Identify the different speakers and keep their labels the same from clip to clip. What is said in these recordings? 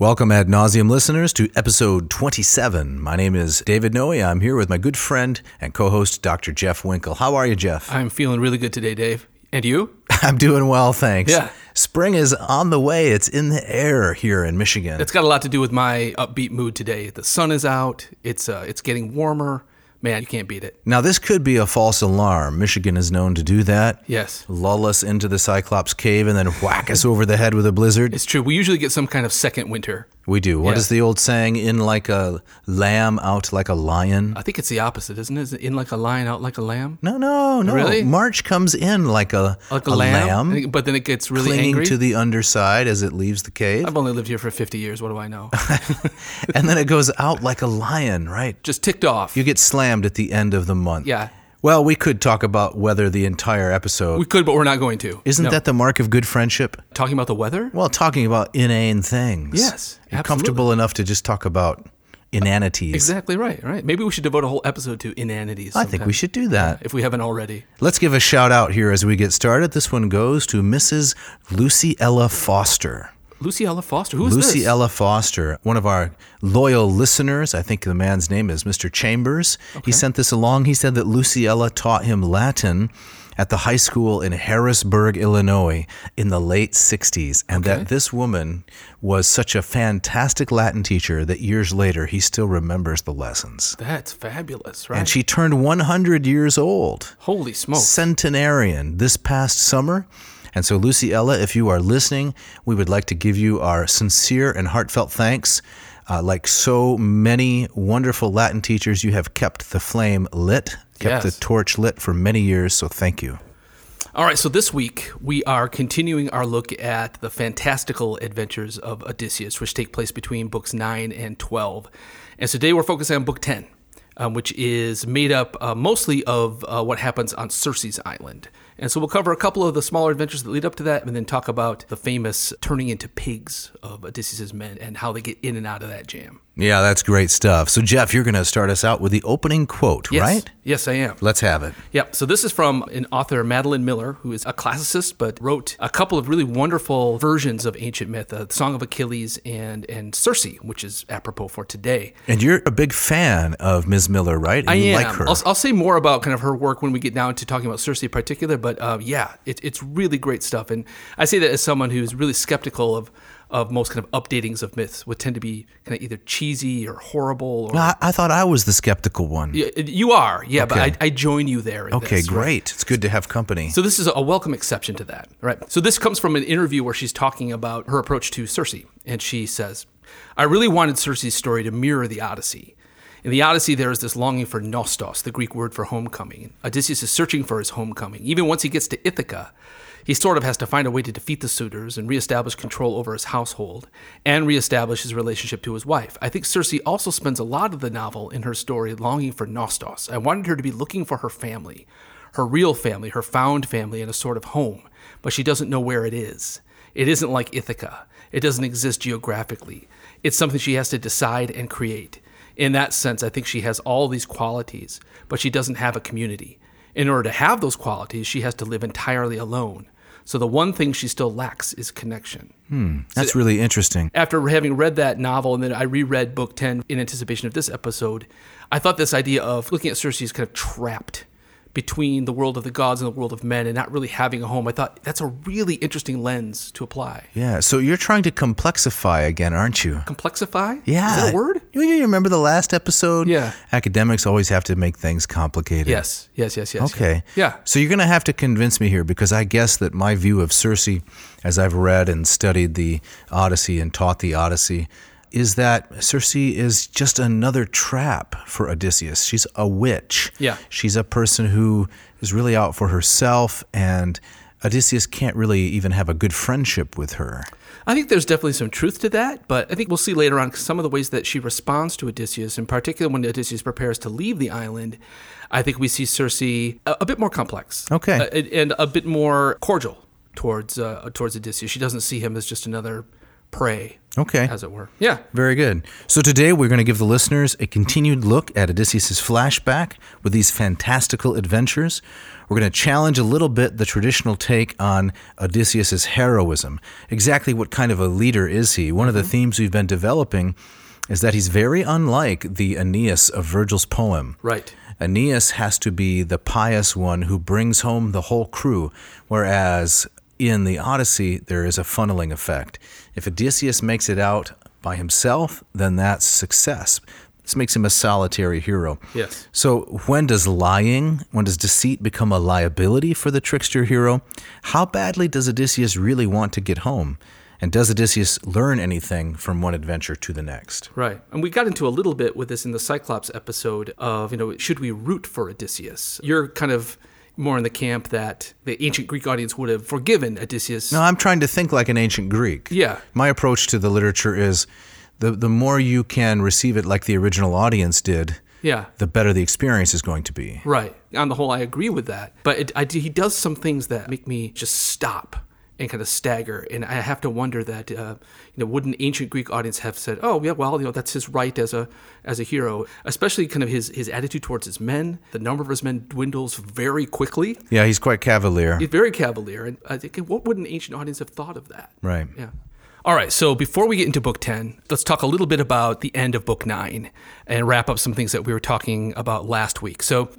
Speaker 1: Welcome, ad nauseum listeners, to episode 27. My name is David Noe. I'm here with my good friend and co host, Dr. Jeff Winkle. How are you, Jeff?
Speaker 2: I'm feeling really good today, Dave. And you?
Speaker 1: I'm doing well, thanks.
Speaker 2: Yeah.
Speaker 1: Spring is on the way, it's in the air here in Michigan.
Speaker 2: It's got a lot to do with my upbeat mood today. The sun is out. It's uh, it's getting warmer. Man, you can't beat it.
Speaker 1: now, this could be a false alarm. Michigan is known to do that.
Speaker 2: Yes,
Speaker 1: Lull us into the Cyclops cave and then whack us over the head with a blizzard.
Speaker 2: it's true. We usually get some kind of second winter.
Speaker 1: We do. What is
Speaker 2: Yeah.
Speaker 1: the old saying? In like a lamb, out like a lion.
Speaker 2: I think it's the opposite, isn't it? Is it in like a lion, out like a lamb?
Speaker 1: No, no, no.
Speaker 2: Really?
Speaker 1: March comes in like a,
Speaker 2: Like a, lamb. And it- But then it gets really
Speaker 1: clinging
Speaker 2: angry.
Speaker 1: to the underside as it leaves the cave,
Speaker 2: I've only lived here for 50 years. What do I know?
Speaker 1: and then it goes out like a lion, right?
Speaker 2: Just ticked off.
Speaker 1: You get slammed at the end of the month.
Speaker 2: Yeah.
Speaker 1: Well, we could talk about weather the entire episode.
Speaker 2: we could, but we're not going to.
Speaker 1: Isn't
Speaker 2: No.
Speaker 1: that the mark of good friendship?
Speaker 2: talking about the weather?
Speaker 1: Well, talking about inane things.
Speaker 2: Yes,
Speaker 1: You're
Speaker 2: absolutely.
Speaker 1: comfortable enough to just talk about inanities.
Speaker 2: Exactly right. Right. Maybe we should devote a whole episode to inanities.
Speaker 1: I think we should do that.
Speaker 2: if we haven't already.
Speaker 1: Let's give a shout out here as we get started. This one goes to Mrs. Lucy Ella Foster.
Speaker 2: Luciella Foster. Who's this?
Speaker 1: Lucy Ella Foster, one of our loyal listeners. I think the man's name is Mr. Chambers. He sent this along. He said that Lucy Ella taught him Latin at the high school in Harrisburg, Illinois in the late 60s, and that this woman was such a fantastic Latin teacher that years later he still remembers the lessons.
Speaker 2: That's fabulous, right?
Speaker 1: And she turned 100 years old
Speaker 2: Holy smoke.
Speaker 1: centenarian this past summer. And so, Lucy Ella, if you are listening, we would like to give you our sincere and heartfelt thanks. Uh, like so many wonderful Latin teachers, you have kept the flame lit, kept
Speaker 2: Yes.
Speaker 1: the torch lit for many years. So, thank you.
Speaker 2: All right, so this week we are continuing our look at the fantastical adventures of Odysseus, which take place between books 9 and 12. And today we're focusing on book 10, um, which is made up uh, mostly of uh, what happens on Circe's Island. And so we'll cover a couple of the smaller adventures that lead up to that and then talk about the famous turning into pigs of Odysseus' men and how they get in and out of that jam.
Speaker 1: Yeah, that's great stuff. So, Jeff, you're going to start us out with the opening quote,
Speaker 2: Yes.
Speaker 1: right?
Speaker 2: Yes, I am.
Speaker 1: Let's have it.
Speaker 2: Yep. So this is from an author, Madeline Miller, who is a classicist, but wrote a couple of really wonderful versions of ancient myth, uh, Song of Achilles and and Circe, which is apropos for today.
Speaker 1: And you're a big fan of Ms. Miller, right? And
Speaker 2: I
Speaker 1: you
Speaker 2: am.
Speaker 1: like her.
Speaker 2: I'll, I'll say more about kind of her work when we get down to talking about Circe in particular, but uh, yeah, it, it's really great stuff. And I say that as someone who's really skeptical of of most kind of updatings of myths, would tend to be kind of either cheesy or horrible. Or,
Speaker 1: I, I thought I was the skeptical one.
Speaker 2: Y- you are, yeah,
Speaker 1: Okay.
Speaker 2: but I, I join you there. in
Speaker 1: okay,
Speaker 2: this, right?
Speaker 1: great. It's good to have company.
Speaker 2: So this is a welcome exception to that, right? So this comes from an interview where she's talking about her approach to Circe, and she says, "I really wanted Circe's story to mirror the Odyssey. In the Odyssey, there is this longing for nostos, the Greek word for homecoming. Odysseus is searching for his homecoming. Even once he gets to Ithaca, he sort of has to find a way to defeat the suitors and reestablish control over his household and reestablish his relationship to his wife. I think Circe also spends a lot of the novel in her story longing for Nostos. I wanted her to be looking for her family, her real family, her found family in a sort of home, but she doesn't know where it is. It isn't like Ithaca, it doesn't exist geographically. It's something she has to decide and create. In that sense, I think she has all these qualities, but she doesn't have a community. In order to have those qualities, she has to live entirely alone. So the one thing she still lacks is connection.
Speaker 1: That's really interesting.
Speaker 2: After having read that novel and then I reread book 10 in anticipation of this episode, I thought this idea of looking at Circe as kind of trapped between the world of the gods and the world of men and not really having a home, I thought that's a really interesting lens to apply.
Speaker 1: Yeah, so you're trying to complexify again, aren't you?
Speaker 2: Complexify?
Speaker 1: Yeah.
Speaker 2: Is that a word?
Speaker 1: You, you remember the last episode?
Speaker 2: Yeah.
Speaker 1: Academics always have to make things complicated.
Speaker 2: Yes, yes, yes, yes.
Speaker 1: Okay.
Speaker 2: Yeah.
Speaker 1: So you're going to have to convince me here because I guess that my view of Circe, as I've read and studied the Odyssey and taught the Odyssey, is that Circe is just another trap for Odysseus. She's a witch.
Speaker 2: Yeah.
Speaker 1: She's a person who is really out for herself and Odysseus can't really even have a good friendship with her.
Speaker 2: I think there's definitely some truth to that, but I think we'll see later on some of the ways that she responds to Odysseus, in particular when Odysseus prepares to leave the island. I think we see Circe a, a bit more complex,
Speaker 1: Okay.
Speaker 2: uh, and, and a bit more cordial towards uh, towards Odysseus. She doesn't see him as just another prey,
Speaker 1: Okay.
Speaker 2: as it were. Yeah,
Speaker 1: Very good. So today we're going to give the listeners a continued look at Odysseus' flashback with these fantastical adventures. We're going to challenge a little bit the traditional take on Odysseus' heroism. Exactly what kind of a leader is he? One of the themes we've been developing is that he's very unlike the Aeneas of Virgil's poem.
Speaker 2: right.
Speaker 1: Aeneas has to be the pious one who brings home the whole crew, whereas in the Odyssey, there is a funneling effect. If Odysseus makes it out by himself, then that's success. This makes him a solitary hero.
Speaker 2: Yes.
Speaker 1: So, when does lying, when does deceit become a liability for the trickster hero? How badly does Odysseus really want to get home? And does Odysseus learn anything from one adventure to the next?
Speaker 2: Right. And we got into a little bit with this in the Cyclops episode of, you know, should we root for Odysseus? You're kind of more in the camp that the ancient Greek audience would have forgiven Odysseus.
Speaker 1: No, I'm trying to think like an ancient Greek.
Speaker 2: Yeah.
Speaker 1: My approach to the literature is the, the more you can receive it like the original audience did,
Speaker 2: Yeah.
Speaker 1: the better the experience is going to be.
Speaker 2: Right. On the whole, I agree with that. But it, I, he does some things that make me just stop and kind of stagger. And I have to wonder that, uh, you know, would an ancient Greek audience have said, "Oh, yeah, well, you know, that's his right as a as a hero," especially kind of his his attitude towards his men. The number of his men dwindles very quickly.
Speaker 1: Yeah, he's quite cavalier.
Speaker 2: It's very cavalier. And I think, what would an ancient audience have thought of that?
Speaker 1: right.
Speaker 2: Yeah. All right. So before we get into book 10, let's talk a little bit about the end of book 9 and wrap up some things that we were talking about last week. So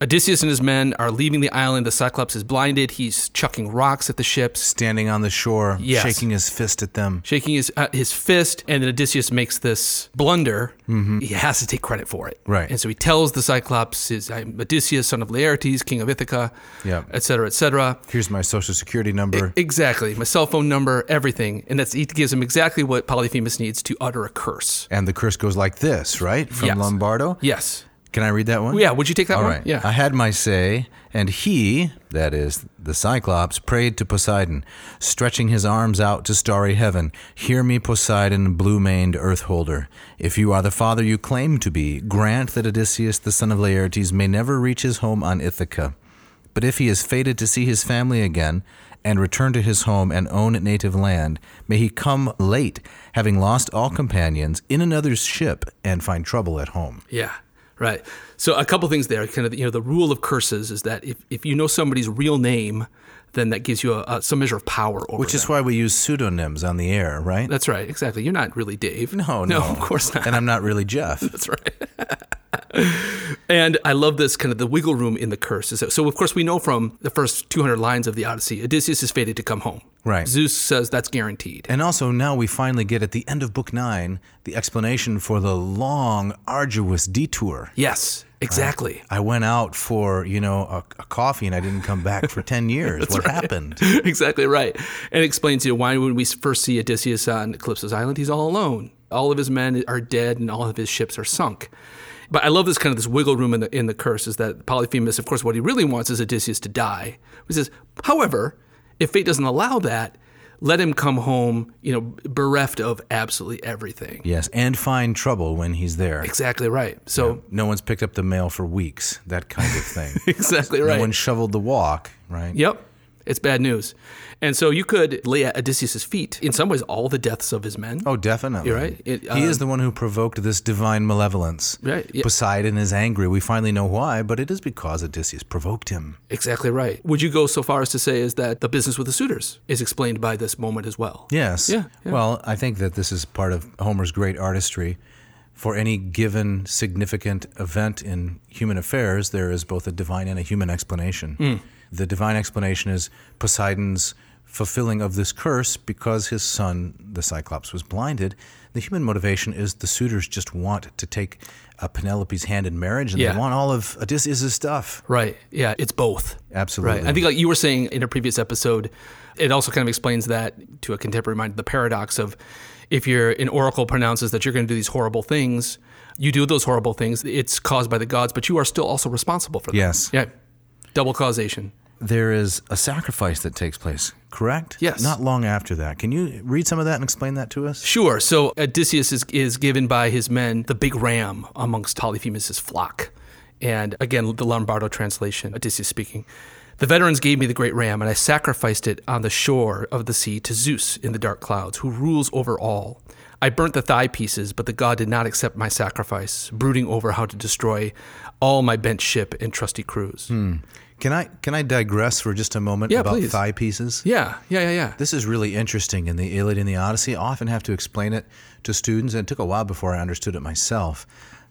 Speaker 2: Odysseus and his men are leaving the island. The Cyclops is blinded. He's chucking rocks at the ships,
Speaker 1: Standing on the shore,
Speaker 2: Yes.
Speaker 1: shaking his fist at them.
Speaker 2: shaking his uh, his fist. And then Odysseus makes this blunder. He has to take credit for it.
Speaker 1: Mm-hmm. Right.
Speaker 2: And so he tells the Cyclops, "Is I'm Odysseus, son of Laertes, king of Ithaca,
Speaker 1: Yeah.
Speaker 2: et cetera, et cetera."
Speaker 1: Here's my social security number.
Speaker 2: Exactly. My cell phone number, everything. And that's it gives him exactly what Polyphemus needs to utter a curse.
Speaker 1: and the curse goes like this, right? From
Speaker 2: Yes.
Speaker 1: Lombardo.
Speaker 2: Yes.
Speaker 1: Can I read that one?
Speaker 2: Yeah, would you take that
Speaker 1: All
Speaker 2: one?
Speaker 1: right. I
Speaker 2: Yeah.
Speaker 1: had my say, and he, that is, the Cyclops, prayed to Poseidon, stretching his arms out to starry heaven. Hear me, Poseidon, blue maned earth holder. If you are the father you claim to be, grant that Odysseus, the son of Laertes, may never reach his home on Ithaca. But if he is fated to see his family again, and return to his home and own native land, may he come late, having lost all companions, in another's ship, and find trouble at home.
Speaker 2: Yeah. Right. So a couple things there. Kind of you know, the rule of curses is that if, if you know somebody's real name, then that gives you a, a, some measure of power over
Speaker 1: Which
Speaker 2: them.
Speaker 1: is why we use pseudonyms on the air, right?
Speaker 2: That's right, exactly. You're not really Dave.
Speaker 1: no,
Speaker 2: No,
Speaker 1: no.
Speaker 2: of course not.
Speaker 1: And I'm not really Jeff.
Speaker 2: That's right. and I love this kind of the wiggle room in the curse. So, so of course, we know from the first 200 lines of the Odyssey, Odysseus is fated to come home.
Speaker 1: Right.
Speaker 2: Zeus says that's guaranteed.
Speaker 1: And also, now we finally get at the end of book nine the explanation for the long, arduous detour.
Speaker 2: Yes, exactly.
Speaker 1: I went out for, you know, a, a coffee and I didn't come back for 10 years. what happened?
Speaker 2: exactly right. And it explains to you why when we first see Odysseus on Calypso's island, he's all alone. All of his men are dead, and all of his ships are sunk. But I love this kind of this wiggle room in the in the curse is that Polyphemus, of course, what he really wants is Odysseus to die. He says, however, if fate doesn't allow that, let him come home, you know, bereft of absolutely everything.
Speaker 1: Yes, and find trouble when he's there.
Speaker 2: Exactly right. So
Speaker 1: No one's picked up the mail for weeks, that kind of thing.
Speaker 2: exactly
Speaker 1: No
Speaker 2: right.
Speaker 1: one shoveled the walk, right?
Speaker 2: Yep. It's bad news. And so you could lay at Odysseus' feet, in some ways, all the deaths of his men.
Speaker 1: Oh, definitely.
Speaker 2: Mm-hmm. You're right. It, uh,
Speaker 1: he is the one who provoked this divine malevolence.
Speaker 2: Right, yeah.
Speaker 1: Poseidon is angry. We finally know why, but it is because Odysseus provoked him.
Speaker 2: Exactly right. Would you go so far as to say is that the business with the suitors is explained by this moment as well?
Speaker 1: Yes.
Speaker 2: Yeah, yeah.
Speaker 1: Well, I think that this is part of Homer's great artistry. For any given significant event in human affairs, there is both a divine and a human explanation.
Speaker 2: Hmm.
Speaker 1: The divine explanation is Poseidon's fulfilling of this curse because his son, the Cyclops, was blinded. The human motivation is the suitors just want to take uh, Penelope's hand in marriage and
Speaker 2: Yeah.
Speaker 1: they want all of Odysseus' stuff.
Speaker 2: Right. Yeah, it's both.
Speaker 1: Absolutely.
Speaker 2: Right. I think like you were saying in a previous episode, it also kind of explains that to a contemporary mind the paradox of if you're an oracle pronounces that you're going to do these horrible things, you do those horrible things, it's caused by the gods, but you are still also responsible for them.
Speaker 1: Yes.
Speaker 2: Yeah. Double causation.
Speaker 1: there is a sacrifice that takes place, correct?
Speaker 2: Yes.
Speaker 1: Not long after that. Can you read some of that and explain that to us?
Speaker 2: Sure. So Odysseus is, is given by his men the big ram amongst Polyphemus's flock. And again, the Lombardo translation, Odysseus speaking. The veterans gave me the great ram, and I sacrificed it on the shore of the sea to Zeus in the dark clouds, who rules over all. I burnt the thigh pieces, but the god did not accept my sacrifice, brooding over how to destroy all my bent ship and trusty crews.
Speaker 1: Hmm. Can I can I digress for just a moment
Speaker 2: Yeah,
Speaker 1: about
Speaker 2: please.
Speaker 1: thigh pieces?
Speaker 2: Yeah, yeah, yeah, yeah.
Speaker 1: This is really interesting in the Iliad and the Odyssey. I often have to explain it to students, and it took a while before I understood it myself.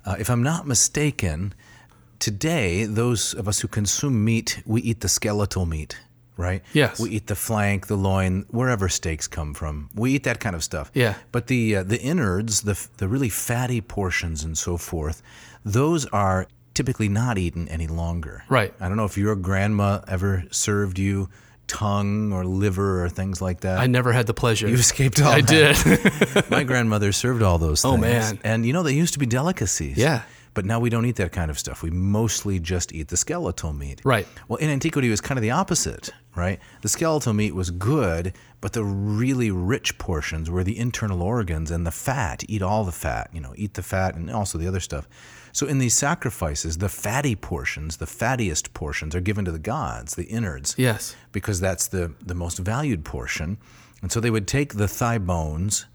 Speaker 1: Uh, if I'm not mistaken, today, those of us who consume meat, we eat the skeletal meat, right?
Speaker 2: Yes.
Speaker 1: We eat the flank, the loin, wherever steaks come from. We eat that kind of stuff.
Speaker 2: Yeah.
Speaker 1: But the, uh, the innards, the, f- the really fatty portions and so forth, those are typically not eaten any longer.
Speaker 2: Right.
Speaker 1: I don't know if your grandma ever served you tongue or liver or things like that.
Speaker 2: I never had the pleasure.
Speaker 1: You Oh, escaped all
Speaker 2: I
Speaker 1: that.
Speaker 2: did.
Speaker 1: My grandmother served all those things.
Speaker 2: Oh, man.
Speaker 1: And you know, they used to be delicacies.
Speaker 2: Yeah.
Speaker 1: But now we don't eat that kind of stuff. We mostly just eat the skeletal meat.
Speaker 2: Right.
Speaker 1: Well, in antiquity, it was kind of the opposite, right? The skeletal meat was good, but the really rich portions were the internal organs and the fat. Eat all the fat, you know, eat the fat and also the other stuff. So in these sacrifices, the fatty portions, the fattiest portions, are given to the gods, the innards
Speaker 2: yes.
Speaker 1: because that's the, the most valued portion. And so they would take the thigh bones,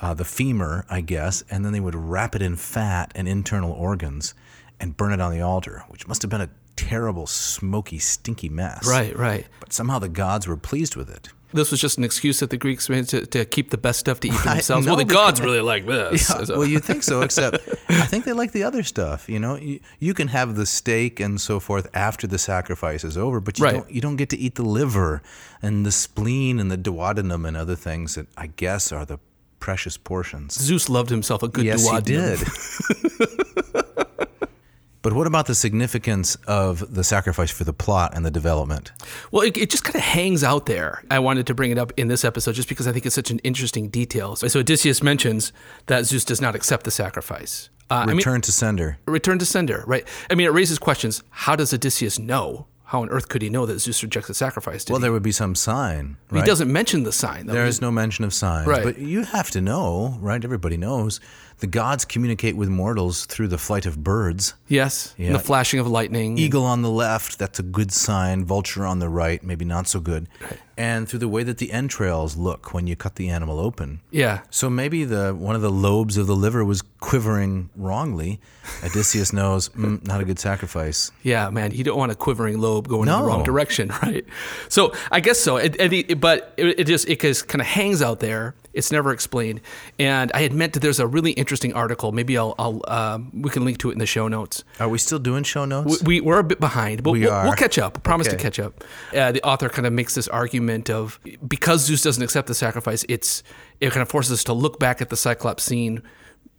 Speaker 1: uh, the femur, I guess, and then they would wrap it in fat and internal organs and burn it on the altar, which must have been a terrible, smoky, stinky mess.
Speaker 2: Right, right.
Speaker 1: But somehow the gods were pleased with it.
Speaker 2: This was just an excuse that the Greeks made to, to keep the best stuff to eat for
Speaker 1: Right.
Speaker 2: themselves.
Speaker 1: No,
Speaker 2: well, the
Speaker 1: but-
Speaker 2: gods really like this.
Speaker 1: Yeah,
Speaker 2: So-
Speaker 1: well, you'd think so, except I think they like the other stuff. You know, you, you can have the steak and so forth after the sacrifice is over, but you
Speaker 2: Right.
Speaker 1: don't you don't get to eat the liver and the spleen and the duodenum and other things that I guess are the precious portions.
Speaker 2: Zeus loved himself a good
Speaker 1: Yes, he
Speaker 2: duodenum.
Speaker 1: did. but what about the significance of the sacrifice for the plot and the development?
Speaker 2: Well, it, it just kind of hangs out there. I wanted to bring it up in this episode just because I think it's such an interesting detail. So, so Odysseus mentions that Zeus does not accept the sacrifice. Uh, I mean,
Speaker 1: Return to sender.
Speaker 2: return to sender, right? I mean, it raises questions. How does Odysseus know? How on earth could he know that Zeus rejects the sacrifice? Did
Speaker 1: Well, there would be some sign.
Speaker 2: he?
Speaker 1: Right?
Speaker 2: he doesn't mention the sign, though.
Speaker 1: There is no mention of signs,
Speaker 2: Right.
Speaker 1: but you have to know, right? Everybody knows the gods communicate with mortals through the flight of birds.
Speaker 2: yes, and the flashing of lightning.
Speaker 1: Eagle on the left, that's a good sign. Vulture on the right, maybe not so good. And through the way that the entrails look when you cut the animal open.
Speaker 2: yeah.
Speaker 1: So maybe the one of the lobes of the liver was quivering wrongly. Odysseus knows, mm, not a good sacrifice.
Speaker 2: Yeah, man, you don't want a quivering lobe going in
Speaker 1: No.
Speaker 2: the wrong direction, right? So I guess so. It, it- it- but it, it just it just kind of hangs out there. It's never explained. And I had meant that there's a really interesting article. Maybe I'll, I'll um, we can link to it in the show notes.
Speaker 1: Are we still doing show notes?
Speaker 2: We, we're a bit behind, but we will
Speaker 1: are.
Speaker 2: we'll catch up. Promise to
Speaker 1: Okay.
Speaker 2: catch up. Uh, the author kind of makes this argument of because Zeus doesn't accept the sacrifice, it's it kind of forces us to look back at the Cyclops scene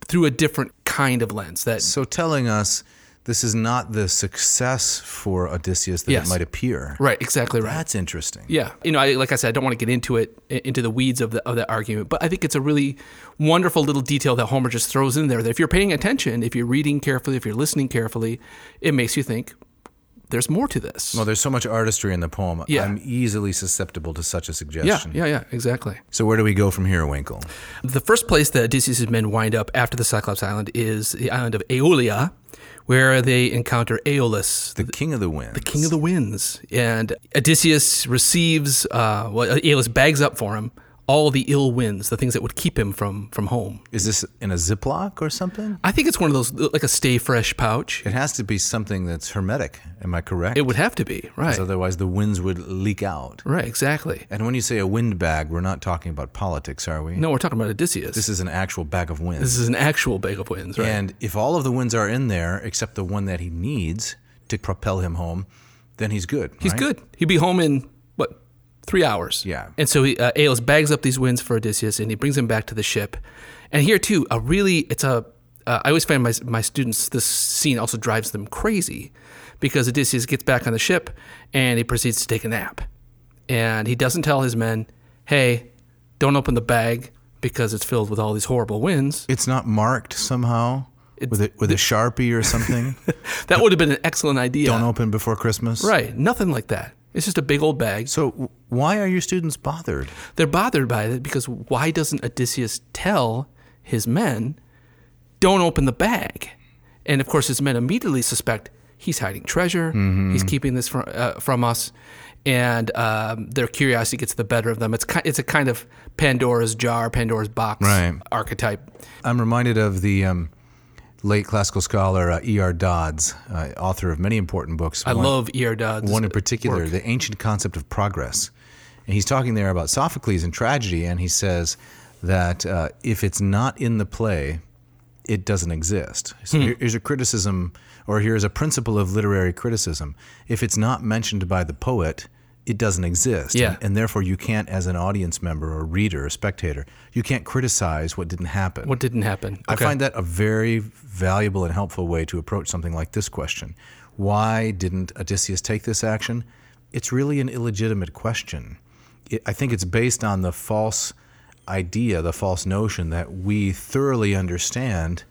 Speaker 2: through a different kind of lens. That
Speaker 1: so telling us this is not the success for Odysseus that
Speaker 2: Yes.
Speaker 1: it might appear.
Speaker 2: right, exactly right.
Speaker 1: That's interesting.
Speaker 2: Yeah, you know, I, like I said, I don't want to get into it i- into the weeds of the of that argument, but I think it's a really wonderful little detail that Homer just throws in there. That if you're paying attention, if you're reading carefully, if you're listening carefully, it makes you think there's more to this.
Speaker 1: Well, there's so much artistry in the poem.
Speaker 2: Yeah.
Speaker 1: I'm easily susceptible to such a
Speaker 2: yeah,
Speaker 1: suggestion.
Speaker 2: yeah, yeah, exactly.
Speaker 1: So where do we go from here, Winkle?
Speaker 2: The first place that Odysseus' men wind up after the Cyclops Island is the island of Aeolia, where they encounter Aeolus,
Speaker 1: The king of the wind. The
Speaker 2: King of the Winds. And Odysseus receives, uh, well, Aeolus bags up for him all the ill winds, the things that would keep him from from home.
Speaker 1: Is this in a Ziploc or something?
Speaker 2: I think it's one of those, like a Stay Fresh pouch.
Speaker 1: It has to be something that's hermetic. Am I correct?
Speaker 2: It would have to be, right?
Speaker 1: Otherwise, the winds would leak out.
Speaker 2: right, exactly.
Speaker 1: And when you say a wind bag, we're not talking about politics, are we?
Speaker 2: No, we're talking about Odysseus. This,
Speaker 1: This is an actual bag of winds.
Speaker 2: is an actual bag of winds, right?
Speaker 1: And if all of the winds are in there except the one that he needs to propel him home, then he's good.
Speaker 2: He's good. He'd be home in, what, three hours?
Speaker 1: Yeah.
Speaker 2: And so he, uh, Aeolus bags up these winds for Odysseus and he brings him back to the ship. And here, too, a really, it's a, uh, I always find my, my students, this scene also drives them crazy because Odysseus gets back on the ship and he proceeds to take a nap. And he doesn't tell his men, hey, don't open the bag because it's filled with all these horrible winds.
Speaker 1: It's not marked somehow with a, with a sharpie or something.
Speaker 2: That would have been an excellent idea.
Speaker 1: Don't open before Christmas.
Speaker 2: Right. Nothing like that. It's just a big old bag.
Speaker 1: So w- why are your students bothered?
Speaker 2: They're bothered by it because why doesn't Odysseus tell his men, don't open the bag? And of course, his men immediately suspect he's hiding treasure,
Speaker 1: Mm-hmm.
Speaker 2: he's keeping this from, uh, from us, and um, their curiosity gets the better of them. It's, ki- it's a kind of Pandora's jar, Pandora's box
Speaker 1: Right.
Speaker 2: archetype.
Speaker 1: I'm reminded of the um, late classical scholar uh, E.R. Dodds, uh, author of many important books.
Speaker 2: I love E.R. Dodds.
Speaker 1: one in particular, the ancient concept of progress. And he's talking there about Sophocles and tragedy, and he says that uh, if it's not in the play, it doesn't exist. So
Speaker 2: Hmm.
Speaker 1: here- here's a criticism, or here's a principle of literary criticism. If it's not mentioned by the poet, it doesn't exist.
Speaker 2: Yeah.
Speaker 1: And, and therefore, you can't, as an audience member or reader or spectator, you can't criticize what didn't happen.
Speaker 2: What didn't happen?
Speaker 1: I find that a very valuable and helpful way to approach something like this question. Why didn't Odysseus take this action? It's really an illegitimate question. It, I think it's based on the false idea, the false notion that we thoroughly understand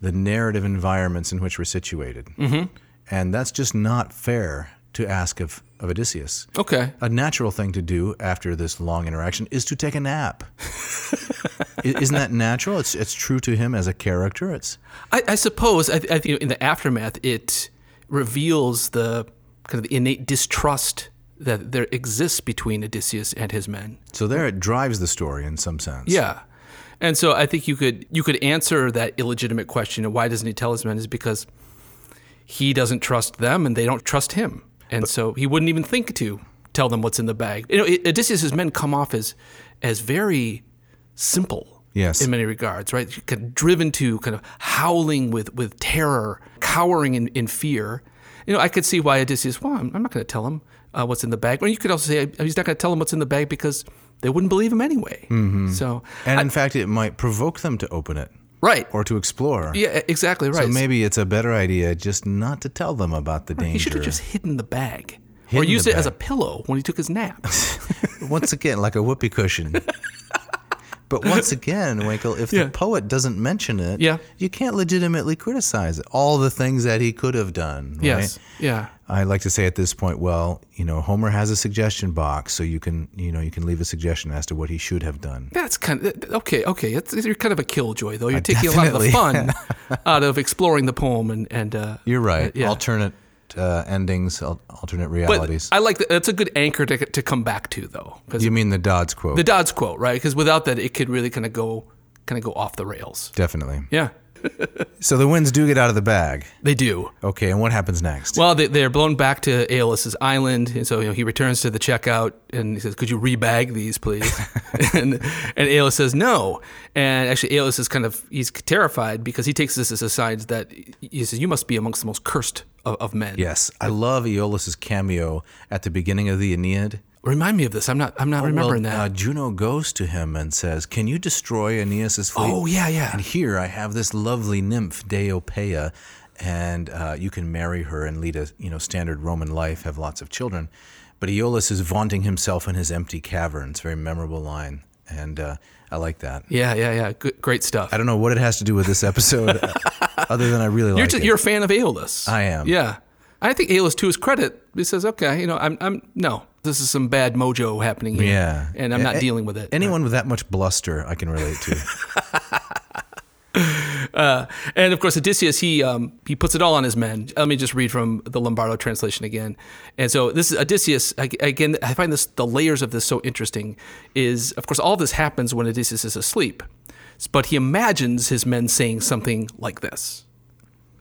Speaker 1: the narrative environments in which we're situated. Mm-hmm. And that's just not fair to ask of, of Odysseus.
Speaker 2: Okay.
Speaker 1: A natural thing to do after this long interaction is to take a nap. I- Isn't that natural? It's it's true to him as a character. It's
Speaker 2: I, I suppose I, th- I think in the aftermath it reveals the kind of the innate distrust that there exists between Odysseus and his men.
Speaker 1: so there it drives the story in some sense.
Speaker 2: Yeah, and so I think you could you could answer that illegitimate question of why doesn't he tell his men is because he doesn't trust them and they don't trust him, and so he wouldn't even think to tell them what's in the bag. You know, Odysseus's men come off as as very simple
Speaker 1: Yes.
Speaker 2: in many regards, right? Kind of driven to kind of howling with, with terror, cowering in, in fear. You know, I could see why Odysseus, well, I'm, I'm not going to tell him uh, what's in the bag. Or you could also say uh, he's not going to tell him what's in the bag because they wouldn't believe him anyway.
Speaker 1: Mm-hmm.
Speaker 2: So,
Speaker 1: And in fact, it might provoke them to open it
Speaker 2: right.
Speaker 1: or to explore.
Speaker 2: yeah, e, exactly right.
Speaker 1: So maybe it's a better idea just not to tell them about the danger.
Speaker 2: he should have just hidden the bag. or
Speaker 1: Hidden the
Speaker 2: used it as a
Speaker 1: bag.
Speaker 2: pillow when he took his nap.
Speaker 1: once again like a whoopee cushion. But once again, Winkle, if
Speaker 2: Yeah.
Speaker 1: the poet doesn't mention it,
Speaker 2: Yeah.
Speaker 1: you can't legitimately criticize it. All the things that he could have done. Right?
Speaker 2: yes. Yeah.
Speaker 1: I like to say at this point, well, you know, Homer has a suggestion box, so you can, you know, you can leave a suggestion as to what he should have done.
Speaker 2: That's kind of okay. Okay, it's, you're kind of a killjoy, though. You're taking a lot of
Speaker 1: Uh, definitely.
Speaker 2: the fun out of exploring the poem and and uh,
Speaker 1: You're right.
Speaker 2: yeah.
Speaker 1: Alternate uh, endings, al- alternate realities.
Speaker 2: But I like that. That's a good anchor to, to come back to, though, because
Speaker 1: you mean the Dodds quote?
Speaker 2: the Dodds quote, right? Because without that, it could really kind of go kind of go off the rails.
Speaker 1: definitely.
Speaker 2: Yeah,
Speaker 1: So the winds do get out of the bag.
Speaker 2: they do.
Speaker 1: Okay, and what happens next?
Speaker 2: Well, they, they're blown back to Aeolus's island, and so you know he returns to the checkout and he says, "Could you rebag these, please?" and and Aeolus says, "No." And actually, Aeolus is kind of he's terrified because he takes this as a sign that he says, "You must be amongst the most cursed of, of men."
Speaker 1: yes, I love Aeolus's cameo at the beginning of the Aeneid.
Speaker 2: Remind me of this. I'm not. I'm not remembering
Speaker 1: well,
Speaker 2: that.
Speaker 1: Uh, Juno goes to him and says, "Can you destroy Aeneas's fleet?"
Speaker 2: Oh, yeah, yeah.
Speaker 1: And here I have this lovely nymph Deopeia, and uh, you can marry her and lead a you know standard Roman life, have lots of children. But Aeolus is vaunting himself in his empty caverns. Very memorable line, and uh, I like that.
Speaker 2: yeah, yeah, yeah. Good, great stuff.
Speaker 1: I don't know what it has to do with this episode, uh, other than I really
Speaker 2: You're,
Speaker 1: like
Speaker 2: just,
Speaker 1: it.
Speaker 2: you're a fan of Aeolus.
Speaker 1: I am.
Speaker 2: Yeah. I think Aeolus, to his credit, he says, okay, you know, I'm, I'm no, this is some bad mojo happening here.
Speaker 1: Yeah.
Speaker 2: And I'm not
Speaker 1: A-
Speaker 2: dealing with it.
Speaker 1: Anyone with that much bluster, I can relate to.
Speaker 2: And of course, Odysseus, he, um, he puts it all on his men. Let me just read from the Lombardo translation again. And so this is Odysseus, ag- again, I find this, the layers of this so interesting is, of course, all this happens when Odysseus is asleep, but he imagines his men saying something like this.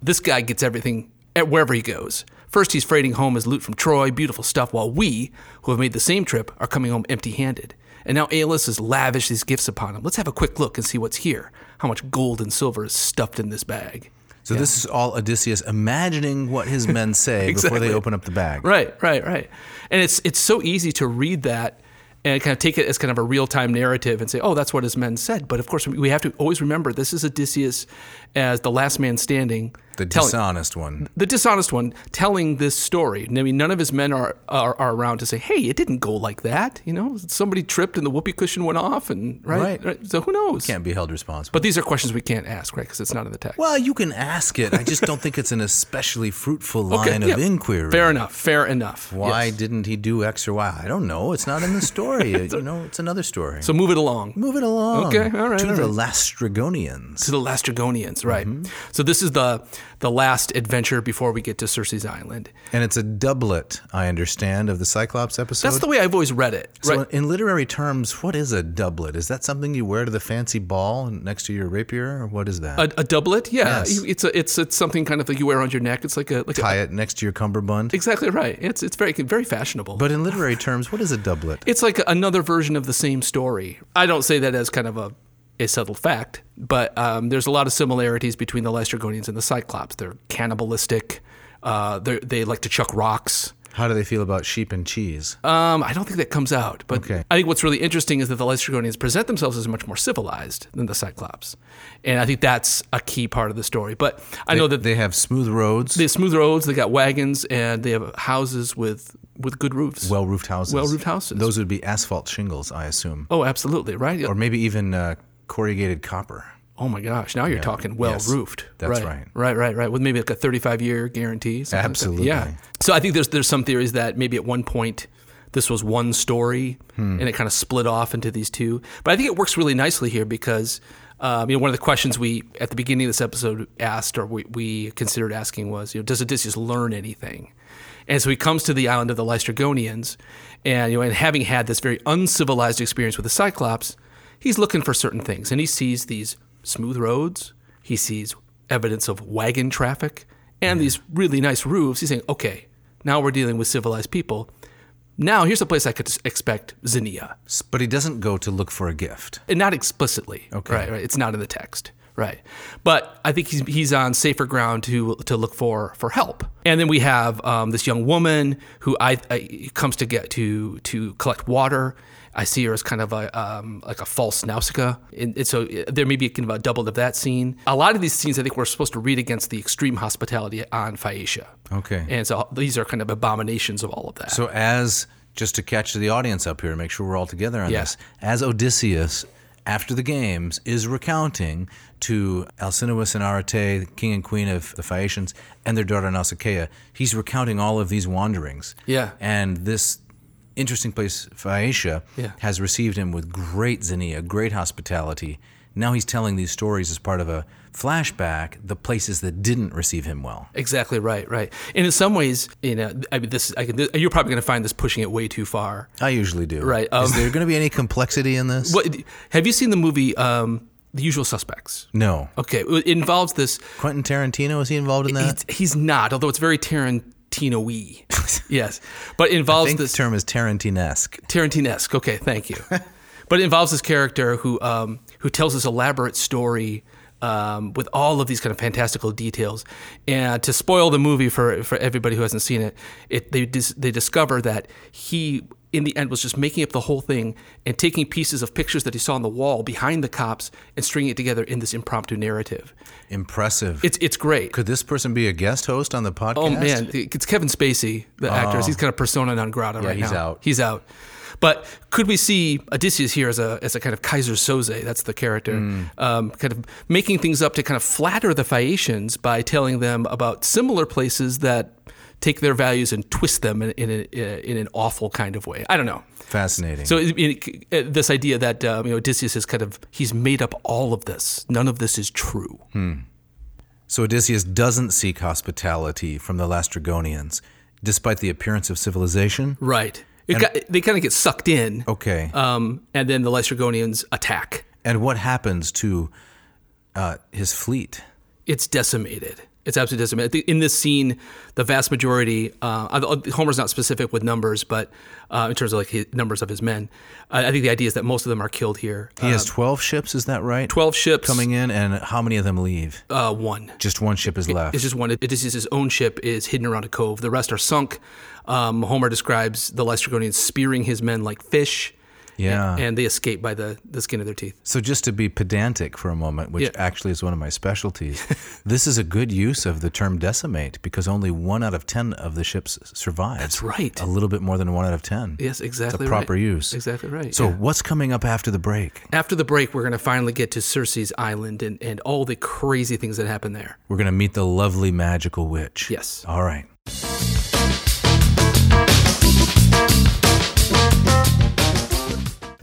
Speaker 2: This guy gets everything at wherever he goes. First, he's freighting home his loot from Troy, beautiful stuff, while we, who have made the same trip, are coming home empty handed. And now Aeolus has lavished these gifts upon him. Let's have a quick look and see what's here, how much gold and silver is stuffed in this bag.
Speaker 1: So this is all Odysseus imagining what his men say before
Speaker 2: Exactly.
Speaker 1: they open up the bag.
Speaker 2: Right, right, right. And it's it's so easy to read that and kind of take it as kind of a real time narrative and say, oh, that's what his men said. But of course, we have to always remember this is Odysseus as the last man standing.
Speaker 1: The
Speaker 2: telling
Speaker 1: dishonest one.
Speaker 2: the dishonest one telling this story. And I mean, none of his men are, are are around to say, "Hey, it didn't go like that." You know, somebody tripped and the whoopee cushion went off, and right.
Speaker 1: Right.
Speaker 2: So who knows?
Speaker 1: Can't be held responsible.
Speaker 2: But these are questions we can't ask, right? Because it's not in the text.
Speaker 1: Well, you can ask it. I just don't think it's an especially fruitful
Speaker 2: Okay,
Speaker 1: line of
Speaker 2: yeah.
Speaker 1: inquiry.
Speaker 2: Fair enough. Fair enough.
Speaker 1: Why
Speaker 2: Yes.
Speaker 1: didn't he do X or Y? I don't know. It's not in the story. you know, it's another story.
Speaker 2: So move it along.
Speaker 1: Move it along.
Speaker 2: Okay, all right,
Speaker 1: To
Speaker 2: all
Speaker 1: the
Speaker 2: right.
Speaker 1: Lastragonians.
Speaker 2: to the Lastragonians, right?
Speaker 1: Mm-hmm.
Speaker 2: So this is the the last adventure before we get to Circe's Island.
Speaker 1: And it's a doublet, I understand, of the Cyclops episode.
Speaker 2: That's the way I've always read it,
Speaker 1: so
Speaker 2: right?
Speaker 1: in literary terms, what is a doublet? Is that something you wear to the fancy ball next to your rapier? Or what is that?
Speaker 2: a, a doublet, yeah.
Speaker 1: Yes.
Speaker 2: You- It's a, it's it's something kind of like you wear around your neck. It's like a like a,
Speaker 1: Tie it next to your cummerbund?
Speaker 2: exactly right. It's it's very very fashionable.
Speaker 1: But in literary terms, what is a doublet?
Speaker 2: it's like another version of the same story. I don't say that as kind of a, a settled fact, but um, there's a lot of similarities between the Laestragonians and the Cyclops. They're cannibalistic. Uh, they're, they like to chuck rocks.
Speaker 1: How do they feel about sheep and cheese?
Speaker 2: Um, I don't think that comes out, but
Speaker 1: Okay.
Speaker 2: I think what's really interesting is that the Lystragonians present themselves as much more civilized than the Cyclops, and I think that's a key part of the story. But I know that they,
Speaker 1: they have smooth roads,
Speaker 2: have smooth roads, they got wagons, and they have houses with with good roofs.
Speaker 1: well roofed houses.
Speaker 2: Well-roofed houses.
Speaker 1: Those would be asphalt shingles, I assume.
Speaker 2: oh, absolutely, right?
Speaker 1: Or maybe even uh, corrugated copper.
Speaker 2: Oh my gosh! Now you're talking well
Speaker 1: Yes.
Speaker 2: roofed.
Speaker 1: That's
Speaker 2: right.
Speaker 1: right.
Speaker 2: Right. Right. Right. With maybe like a 35 year guarantee. something like that.
Speaker 1: Absolutely.
Speaker 2: yeah. So I think there's there's some theories that maybe at one point this was one story
Speaker 1: Hmm.
Speaker 2: and it kind of split off into these two. But I think it works really nicely here because um, you know one of the questions we at the beginning of this episode asked or we, we considered asking was you know does Odysseus learn anything? And so he comes to the island of the Lystragonians, and you know, and having had this very uncivilized experience with the Cyclops, he's looking for certain things, and he sees these smooth roads, he sees evidence of wagon traffic, and these really nice roofs. He's saying, okay, now we're dealing with civilized people. Now here's a place I could s- expect Zinnia,
Speaker 1: S- But he doesn't go to look for a gift.
Speaker 2: and not explicitly.
Speaker 1: Okay.
Speaker 2: right, right. It's not in the text. Right, but I think he's he's on safer ground to to look for for help. And then we have um, this young woman who I, I comes to get to to collect water. I see her as kind of a um, like a false Nausicaa, and, and so uh, there may be kind of a double of that scene. A lot of these scenes I think we're supposed to read against the extreme hospitality on Phaeacia.
Speaker 1: Okay.
Speaker 2: and so these are kind of abominations of all of that.
Speaker 1: So as just to catch the audience up here, make sure we're all together on
Speaker 2: Yeah.
Speaker 1: this. As Odysseus, after the games, is recounting to Alcinous and Arete, king and queen of the Phaeacians, and their daughter Nausicaa, he's recounting all of these wanderings.
Speaker 2: Yeah.
Speaker 1: And this interesting place, Phaeacia,
Speaker 2: Yeah.
Speaker 1: has received him with great zinnia, great hospitality. Now he's telling these stories as part of a flashback, the places that didn't receive him well.
Speaker 2: Exactly right, right. And in some ways, you know, I mean, this I can, th you're probably going to find this pushing it way too far.
Speaker 1: I usually do.
Speaker 2: Right, um-
Speaker 1: Is there going to be any complexity in this?
Speaker 2: What have you seen the movie um, The Usual Suspects?
Speaker 1: No.
Speaker 2: Okay, it involves this.
Speaker 1: Quentin Tarantino is he involved in that?
Speaker 2: He's, he's not, although it's very Tarantino-y. yes, but it
Speaker 1: I
Speaker 2: involves
Speaker 1: think the
Speaker 2: this
Speaker 1: term is Tarantinesque.
Speaker 2: Tarantinesque. Okay, thank you. but it involves this character who um, who tells this elaborate story um, with all of these kind of fantastical details. And to spoil the movie for for everybody who hasn't seen it, it they dis- they discover that he in the end was just making up the whole thing and taking pieces of pictures that he saw on the wall behind the cops and stringing it together in this impromptu narrative.
Speaker 1: Impressive.
Speaker 2: It's it's great.
Speaker 1: Could this person be a guest host on the podcast?
Speaker 2: Oh man, it's Kevin Spacey, the actor. He's kind of persona non grata right
Speaker 1: he's
Speaker 2: now.
Speaker 1: out.
Speaker 2: He's out. But could we see Odysseus here as a as a kind of Kaiser Soze? That's the character,
Speaker 1: Hmm.
Speaker 2: um, kind of making things up to kind of flatter the Phaeacians by telling them about similar places that take their values and twist them in, in, a, in an awful kind of way. I don't know.
Speaker 1: Fascinating.
Speaker 2: So it, it, it- this idea that um, you know Odysseus is kind of he's made up all of this. None of this is true.
Speaker 1: Hmm. So Odysseus doesn't seek hospitality from the Lastragonians, despite the appearance of civilization.
Speaker 2: Right. It got, they kind of get sucked in.
Speaker 1: Okay.
Speaker 2: Um, and then the Lystragonians attack.
Speaker 1: and what happens to uh, his fleet?
Speaker 2: It's decimated. It's absolutely decimated. I think In this scene, the vast majority, uh, I- Homer's not specific with numbers, but uh, in terms of like his, numbers of his men, I I think the idea is that most of them are killed here.
Speaker 1: He has twelve ships. Is that right?
Speaker 2: 12 ships,
Speaker 1: Uh, coming in, and how many of them leave?
Speaker 2: uh, one.
Speaker 1: Just one ship is left.
Speaker 2: It's just one. Odysseus' own ship is hidden around a cove. The rest are sunk. Um, Homer describes the Lystragonians spearing his men like fish.
Speaker 1: Yeah.
Speaker 2: and, and they escape by the, the skin of their teeth.
Speaker 1: So just to be pedantic for a moment, which
Speaker 2: Yeah.
Speaker 1: actually is one of my specialties, this is a good use of the term decimate because only one out of ten of the ships survives. That's
Speaker 2: right.
Speaker 1: A little bit more than one out of ten.
Speaker 2: Yes, exactly.
Speaker 1: It's a proper
Speaker 2: right.
Speaker 1: use.
Speaker 2: Exactly right.
Speaker 1: So
Speaker 2: yeah.
Speaker 1: what's coming up after the break?
Speaker 2: after the break, we're going to finally get to Cersei's island and, and all the crazy things that happen there.
Speaker 1: We're gonna meet the lovely magical witch.
Speaker 2: Yes.
Speaker 1: All right.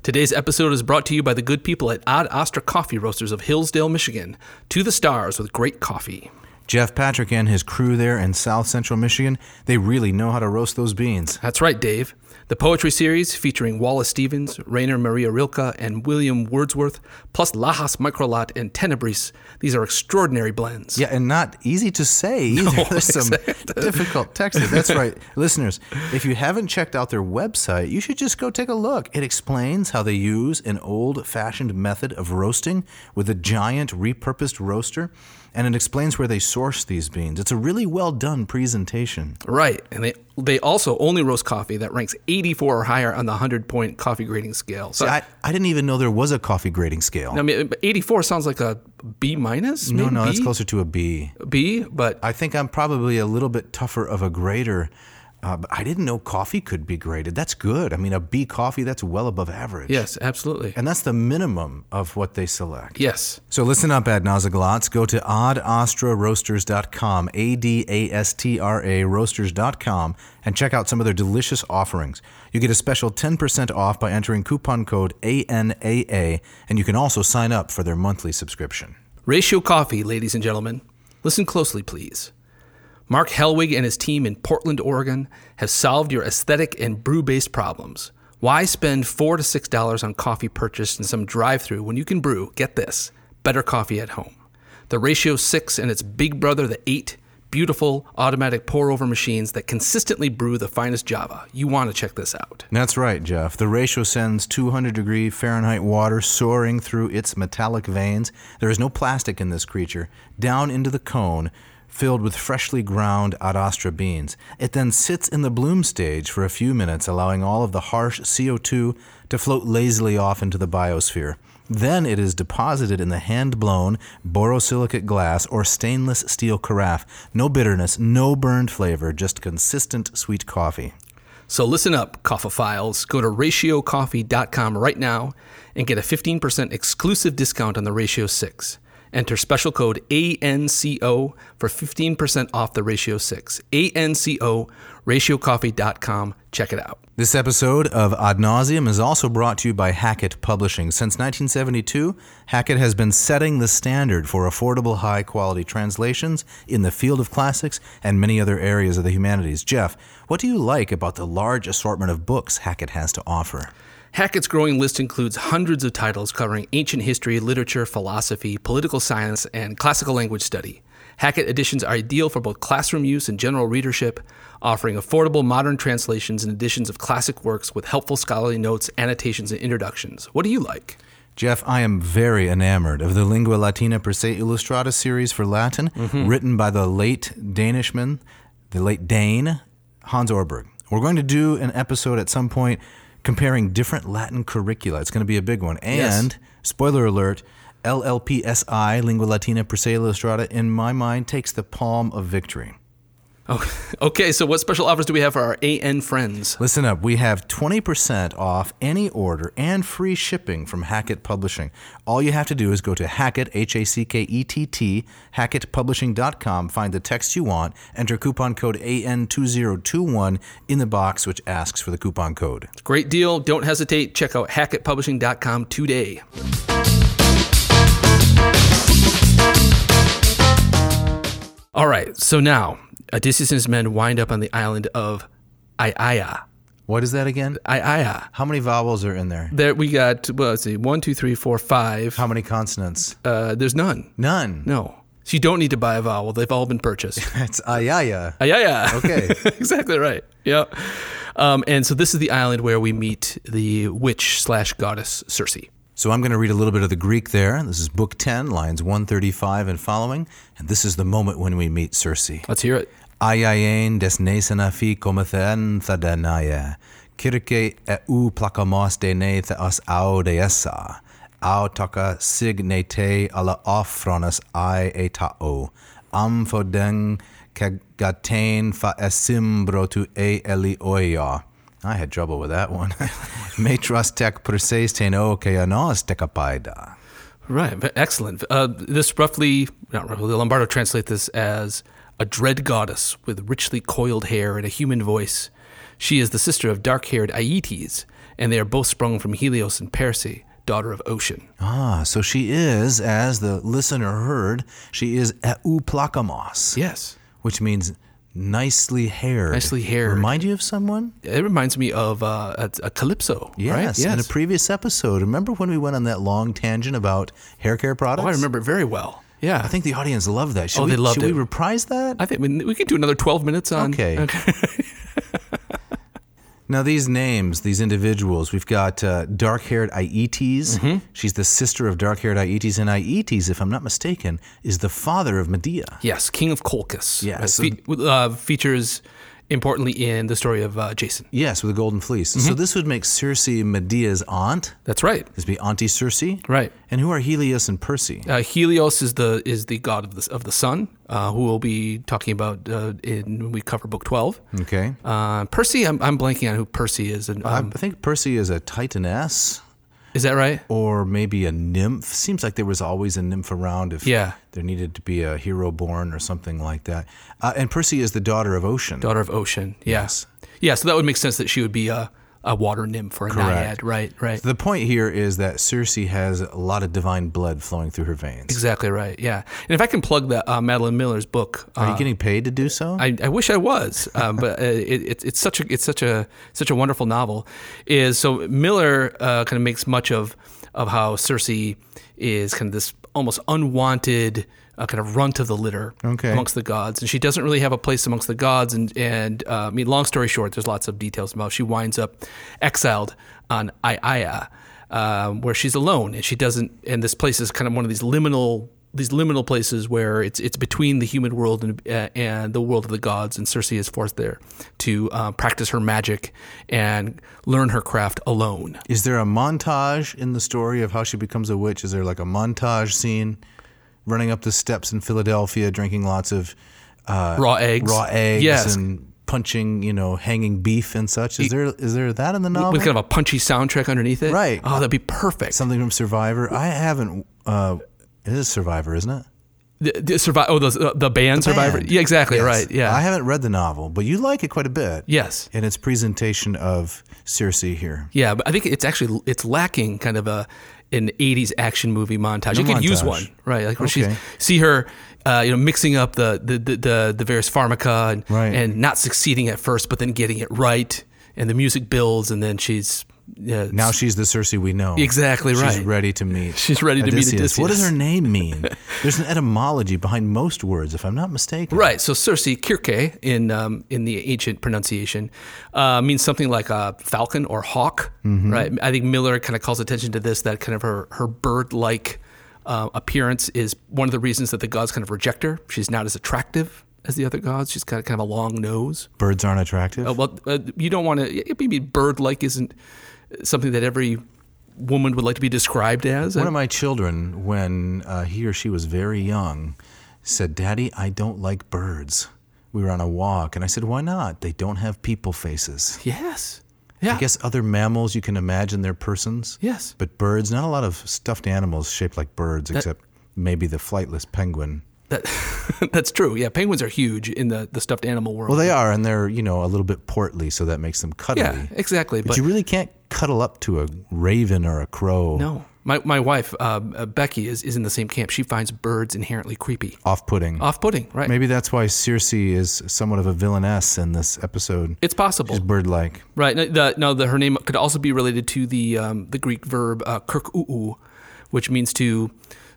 Speaker 2: Today's episode is brought to you by the good people at Odd Ostra Coffee Roasters of Hillsdale, Michigan. To the stars with great coffee.
Speaker 1: Jeff Patrick and his crew there in South Central Michigan, they really know how to roast those beans.
Speaker 2: That's right, Dave. The poetry series featuring Wallace Stevens, Rainer Maria Rilke, and William Wordsworth, plus Lajas Microlot and Tenebris. These are extraordinary blends.
Speaker 1: Yeah, and not easy to say either. There's some difficult text. there. That's right. Listeners, if you haven't checked out their website, you should just go take a look. It explains how they use an old fashioned method of roasting with a giant repurposed roaster, and it explains where they source these beans. It's a really well done presentation.
Speaker 2: Right. And they they also only roast coffee that ranks 84 or higher on the 100 point coffee grading scale. So
Speaker 1: I, I didn't even know there was a coffee grading scale.
Speaker 2: I mean, 84 sounds like a B minus.
Speaker 1: no,
Speaker 2: maybe
Speaker 1: no, that's
Speaker 2: B?
Speaker 1: closer to a B.
Speaker 2: B, but
Speaker 1: I think I'm probably a little bit tougher of a grader. Uh, but I didn't know coffee could be graded. That's good. I mean, a B coffee, that's well above average.
Speaker 2: yes, absolutely.
Speaker 1: And that's the minimum of what they select.
Speaker 2: Yes.
Speaker 1: So listen up, Ad Nauseglotz. Go to oddostraroasters.com, A D A S T R A roasters.com, and check out some of their delicious offerings. You get a special 10% off by entering coupon code ANAA, and you can also sign up for their monthly subscription.
Speaker 2: Ratio Coffee, ladies and gentlemen. Listen closely, please. Mark Helwig and his team in Portland, Oregon have solved your aesthetic and brew based problems. Why spend four to six dollars on coffee purchased in some drive through when you can brew, get this, better coffee at home? The Ratio 6 and its big brother, the 8, beautiful automatic pour over machines that consistently brew the finest Java. You want to check this out.
Speaker 1: That's right, Jeff. The ratio sends 200 degree Fahrenheit water soaring through its metallic veins. There is no plastic in this creature, down into the cone filled with freshly ground Adastra beans. It then sits in the bloom stage for a few minutes, allowing all of the harsh CO2 to float lazily off into the biosphere. Then it is deposited in the hand blown borosilicate glass or stainless steel carafe. No bitterness, no burned flavor, just consistent sweet coffee.
Speaker 2: So listen up, coffophiles. Go to ratiocoffee.com right now and get a 15% exclusive discount on the Ratio 6. Enter special code ANCO for 15% off the Ratio 6. ANCO, ratiocoffee.com. Check it out.
Speaker 1: This episode of Ad Nauseum is also brought to you by Hackett Publishing. Since 1972, Hackett has been setting the standard for affordable, high quality translations in the field of classics and many other areas of the humanities. Jeff, what do you like about the large assortment of books Hackett has to offer?
Speaker 2: Hackett's growing list includes hundreds of titles covering ancient history, literature, philosophy, political science, and classical language study. Hackett editions are ideal for both classroom use and general readership, offering affordable modern translations and editions of classic works with helpful scholarly notes, annotations, and introductions. What do you like?
Speaker 1: Jeff, I am very enamored of the Lingua Latina per se illustrata series for Latin, written by the late Danishman, the late Dane, Hans Orberg. We're going to do an episode at some point comparing different Latin curricula. It's going to be a big one. And, spoiler alert, LLPSI, Lingua Latina per se illustrata, in my mind, takes the palm of victory.
Speaker 2: Oh, okay, so what special offers do we have for our AN friends?
Speaker 1: Listen up. We have 20% off any order and free shipping from Hackett Publishing. All you have to do is go to Hackett, H A C K E T T, HackettPublishing.com, find the text you want, enter coupon code AN2021 in the box which asks for the coupon code.
Speaker 2: Great deal. Don't hesitate. Check out hackettpublishing.com today. All right, so now Odysseus and his men wind up on the island of Aiaia.
Speaker 1: What is that again?
Speaker 2: Aiaia.
Speaker 1: How many vowels are in there?
Speaker 2: There we got, well, let's see, one, two, three, four, five.
Speaker 1: How many consonants?
Speaker 2: Uh, there's none.
Speaker 1: None.
Speaker 2: No. So you don't need to buy a vowel. They've all been purchased.
Speaker 1: That's ayaya.
Speaker 2: Aiaia.
Speaker 1: Okay.
Speaker 2: exactly right. Yeah. Um, and so this is the island where we meet the witch slash goddess Circe.
Speaker 1: So I'm going to read a little bit of the Greek there. This is Book 10, lines 135 and following. And this is the moment when we meet Circe.
Speaker 2: Let's hear it.
Speaker 1: e Aiaein des nesena fi comethen thadanaia, e. Kirke e eu plakamos dene theos audeessa, au taka signete alla afronas ai e etao, amphodeng kagatain fa esimbro tu e elioia. I had trouble with that one. Matros tek perses teno keanos tekapaida.
Speaker 2: Right. v- Excellent. Uh, this roughly, not roughly, the Lombardo translate this as a dread goddess with richly coiled hair and a human voice. She is the sister of dark haired Aietes, and they are both sprung from Helios and Perse, daughter of Ocean.
Speaker 1: Ah, so she is, as the listener heard, she is e eu plakamos.
Speaker 2: Yes.
Speaker 1: which means nicely haired.
Speaker 2: Nicely haired.
Speaker 1: Remind you of someone?
Speaker 2: It reminds me of uh, a, a Calypso. right?
Speaker 1: Yes, in a previous episode. Remember when we went on that long tangent about hair care products?
Speaker 2: oh, I remember it very well. Yeah.
Speaker 1: I think the audience loved that. Should
Speaker 2: Oh,
Speaker 1: we,
Speaker 2: they loved
Speaker 1: should
Speaker 2: it.
Speaker 1: we reprise that?
Speaker 2: I think we, we could do another 12 minutes on.
Speaker 1: Okay. Now these names, these individuals, we've got uh, dark-haired Aietes.
Speaker 2: Mm-hmm.
Speaker 1: She's the sister of dark-haired Aietes, and Aietes, if I'm not mistaken, is the father of Medea.
Speaker 2: Yes, King of Colchis.
Speaker 1: Yeah,
Speaker 2: Right.
Speaker 1: so-
Speaker 2: Fe- uh, features importantly in the story of uh, Jason.
Speaker 1: Yes, with the golden fleece.
Speaker 2: Mm-hmm.
Speaker 1: So this would make Circe Medea's aunt.
Speaker 2: That's right.
Speaker 1: This would be Auntie Circe.
Speaker 2: Right.
Speaker 1: And who are Helios and Perse?
Speaker 2: Uh, Helios is the is the god of the of the sun, uh, who we'll be talking about uh, in when we cover book twelve.
Speaker 1: Okay.
Speaker 2: Uh, Percy, I'm, I'm blanking on who Percy is, and
Speaker 1: I-
Speaker 2: um,
Speaker 1: I think Percy is a titaness
Speaker 2: is that right?
Speaker 1: or maybe a nymph. Seems like there was always a nymph around if
Speaker 2: Yeah.
Speaker 1: there needed to be a hero born or something like that. Uh, and Percy is the daughter of Ocean.
Speaker 2: Daughter of Ocean. Yeah.
Speaker 1: Yes.
Speaker 2: Yeah. So that would make sense that she would be a, a water nymph or a
Speaker 1: Correct.
Speaker 2: naiad, right? Right.
Speaker 1: the point here is that Circe has a lot of divine blood flowing through her veins.
Speaker 2: Exactly right. Yeah. And if I can plug that uh, Madeline Miller's book,
Speaker 1: Are
Speaker 2: uh,
Speaker 1: you getting paid to do so?
Speaker 2: I, I wish I was, um, but uh, it, it, it's such a it's such a such a wonderful novel. Is so Miller uh, kind of makes much of of how Circe is kind of this almost unwanted uh, kind of runt of the litter
Speaker 1: Okay.
Speaker 2: amongst the gods, and she doesn't really have a place amongst the gods. And and uh, I mean, long story short, there's lots of details about how she winds up exiled on Aiaia, um, where she's alone, and she doesn't. And this place is kind of one of these liminal these liminal places where it's it's between the human world and uh, and the world of the gods, and Circe is forced there to uh, practice her magic and learn her craft alone.
Speaker 1: is there a montage in the story of how she becomes a witch? Is there like a montage scene running up the steps in Philadelphia, drinking lots of uh,
Speaker 2: raw eggs,
Speaker 1: raw eggs
Speaker 2: yes,
Speaker 1: and punching, you know, hanging beef and such. Is there is there that in the novel?
Speaker 2: with kind of a punchy soundtrack underneath it.
Speaker 1: Right.
Speaker 2: Oh, that'd be perfect.
Speaker 1: Something from Survivor. I haven't. Uh, it is Survivor, isn't it?
Speaker 2: The, the survive. Oh, the the band survivor.
Speaker 1: Band.
Speaker 2: Yeah, exactly.
Speaker 1: Yes.
Speaker 2: Right. Yeah.
Speaker 1: I haven't read the novel, but you like it quite a bit.
Speaker 2: yes.
Speaker 1: In its presentation of Circe here.
Speaker 2: Yeah, but I think it's actually it's lacking kind of a an '80s action movie montage.
Speaker 1: No
Speaker 2: you could use
Speaker 1: montage.
Speaker 2: one, right? Like where
Speaker 1: Okay.
Speaker 2: she's see her, uh, you know, mixing up the the the, the, the various pharmaca and
Speaker 1: Right.
Speaker 2: and not succeeding at first, but then getting it right, and the music builds, and then she's uh, yeah,
Speaker 1: Now she's the Circe we know.
Speaker 2: Exactly
Speaker 1: She's
Speaker 2: right.
Speaker 1: ready to meet.
Speaker 2: She's ready to meet
Speaker 1: What does
Speaker 2: Odysseus.
Speaker 1: her name mean? There's an etymology behind most words, if I'm not mistaken.
Speaker 2: Right. So Circe, Kirke in um, in the ancient pronunciation, uh, means something like a falcon or hawk.
Speaker 1: Mm-hmm.
Speaker 2: Right. I think Miller kind of calls attention to this that kind of her her bird like uh, appearance is one of the reasons that the gods kind of reject her. She's not as attractive as the other gods. She's got kind of a long nose.
Speaker 1: Birds aren't attractive.
Speaker 2: Uh, well, uh, you don't want to. Maybe bird like isn't something that every woman would like to be described as.
Speaker 1: One of my children, when uh, he or she was very young, said, Daddy, I don't like birds. We were on a walk, and I said, Why not? They don't have people faces.
Speaker 2: yes. Yeah.
Speaker 1: I guess other mammals, you can imagine their persons.
Speaker 2: Yes.
Speaker 1: But birds, not a lot of stuffed animals shaped like birds, except maybe the flightless penguin.
Speaker 2: That, that's true. Yeah. Penguins are huge in the, the stuffed animal world.
Speaker 1: Well, they are, and they're, you know, a little bit portly, so that makes them cuddly.
Speaker 2: Yeah, exactly.
Speaker 1: But, you really can't cuddle up to a raven or a crow.
Speaker 2: no, my my wife uh, uh, Becky is is in the same camp. She finds birds inherently creepy,
Speaker 1: Off putting.
Speaker 2: off-putting. Right?
Speaker 1: Maybe that's why Circe is somewhat of a villainess in this episode.
Speaker 2: It's possible,
Speaker 1: She's bird like.
Speaker 2: right? No, The, no, the her name could also be related to the um, the Greek verb uh, kirkou, which means to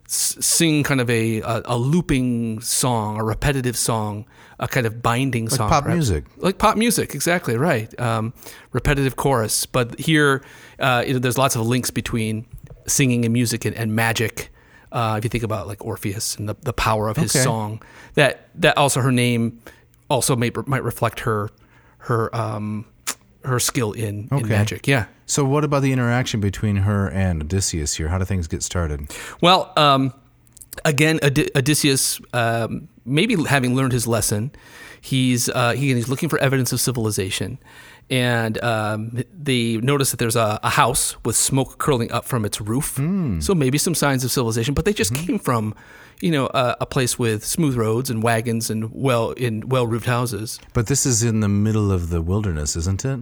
Speaker 2: s- sing kind of a, a a looping song, a repetitive song, a kind of binding song,
Speaker 1: pop
Speaker 2: right?
Speaker 1: music.
Speaker 2: like pop music, exactly right. Um, repetitive chorus, but here uh, you know, there's lots of links between singing and music and, and magic. Uh, if you think about like Orpheus and the, the power of his
Speaker 1: Okay.
Speaker 2: song, that that also her name also may, might reflect her her um, her skill in, in magic. Yeah.
Speaker 1: So, what about the interaction between her and Odysseus here? How do things get started?
Speaker 2: Well, um, again, Od- Odysseus, um, maybe having learned his lesson, he's uh, he, he's looking for evidence of civilization, and um, they notice that there's a, a house with smoke curling up from its roof. So maybe some signs of civilization, but they just came from, you know, a, a place with smooth roads and wagons and well in well roofed houses.
Speaker 1: But this is in the middle of the wilderness, isn't it?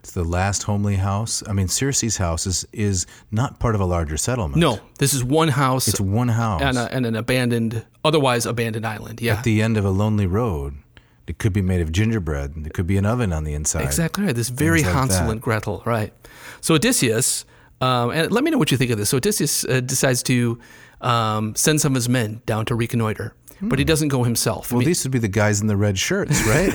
Speaker 1: It's the last homely house. I mean, Circe's house is, is not part of a larger settlement.
Speaker 2: No, this is one house
Speaker 1: It's one house
Speaker 2: and, uh, a, and an abandoned, otherwise abandoned island. Yeah.
Speaker 1: at the end of a lonely road. It could be made of gingerbread. It could be an oven on the inside.
Speaker 2: Exactly right. This very
Speaker 1: like
Speaker 2: Hansel
Speaker 1: that.
Speaker 2: and Gretel, right? So Odysseus, um, and let me know what you think of this. So Odysseus uh, decides to um, send some of his men down to reconnoiter, but he doesn't go himself. I
Speaker 1: Hmm. Well,
Speaker 2: mean,
Speaker 1: these would be the guys in the red shirts, right?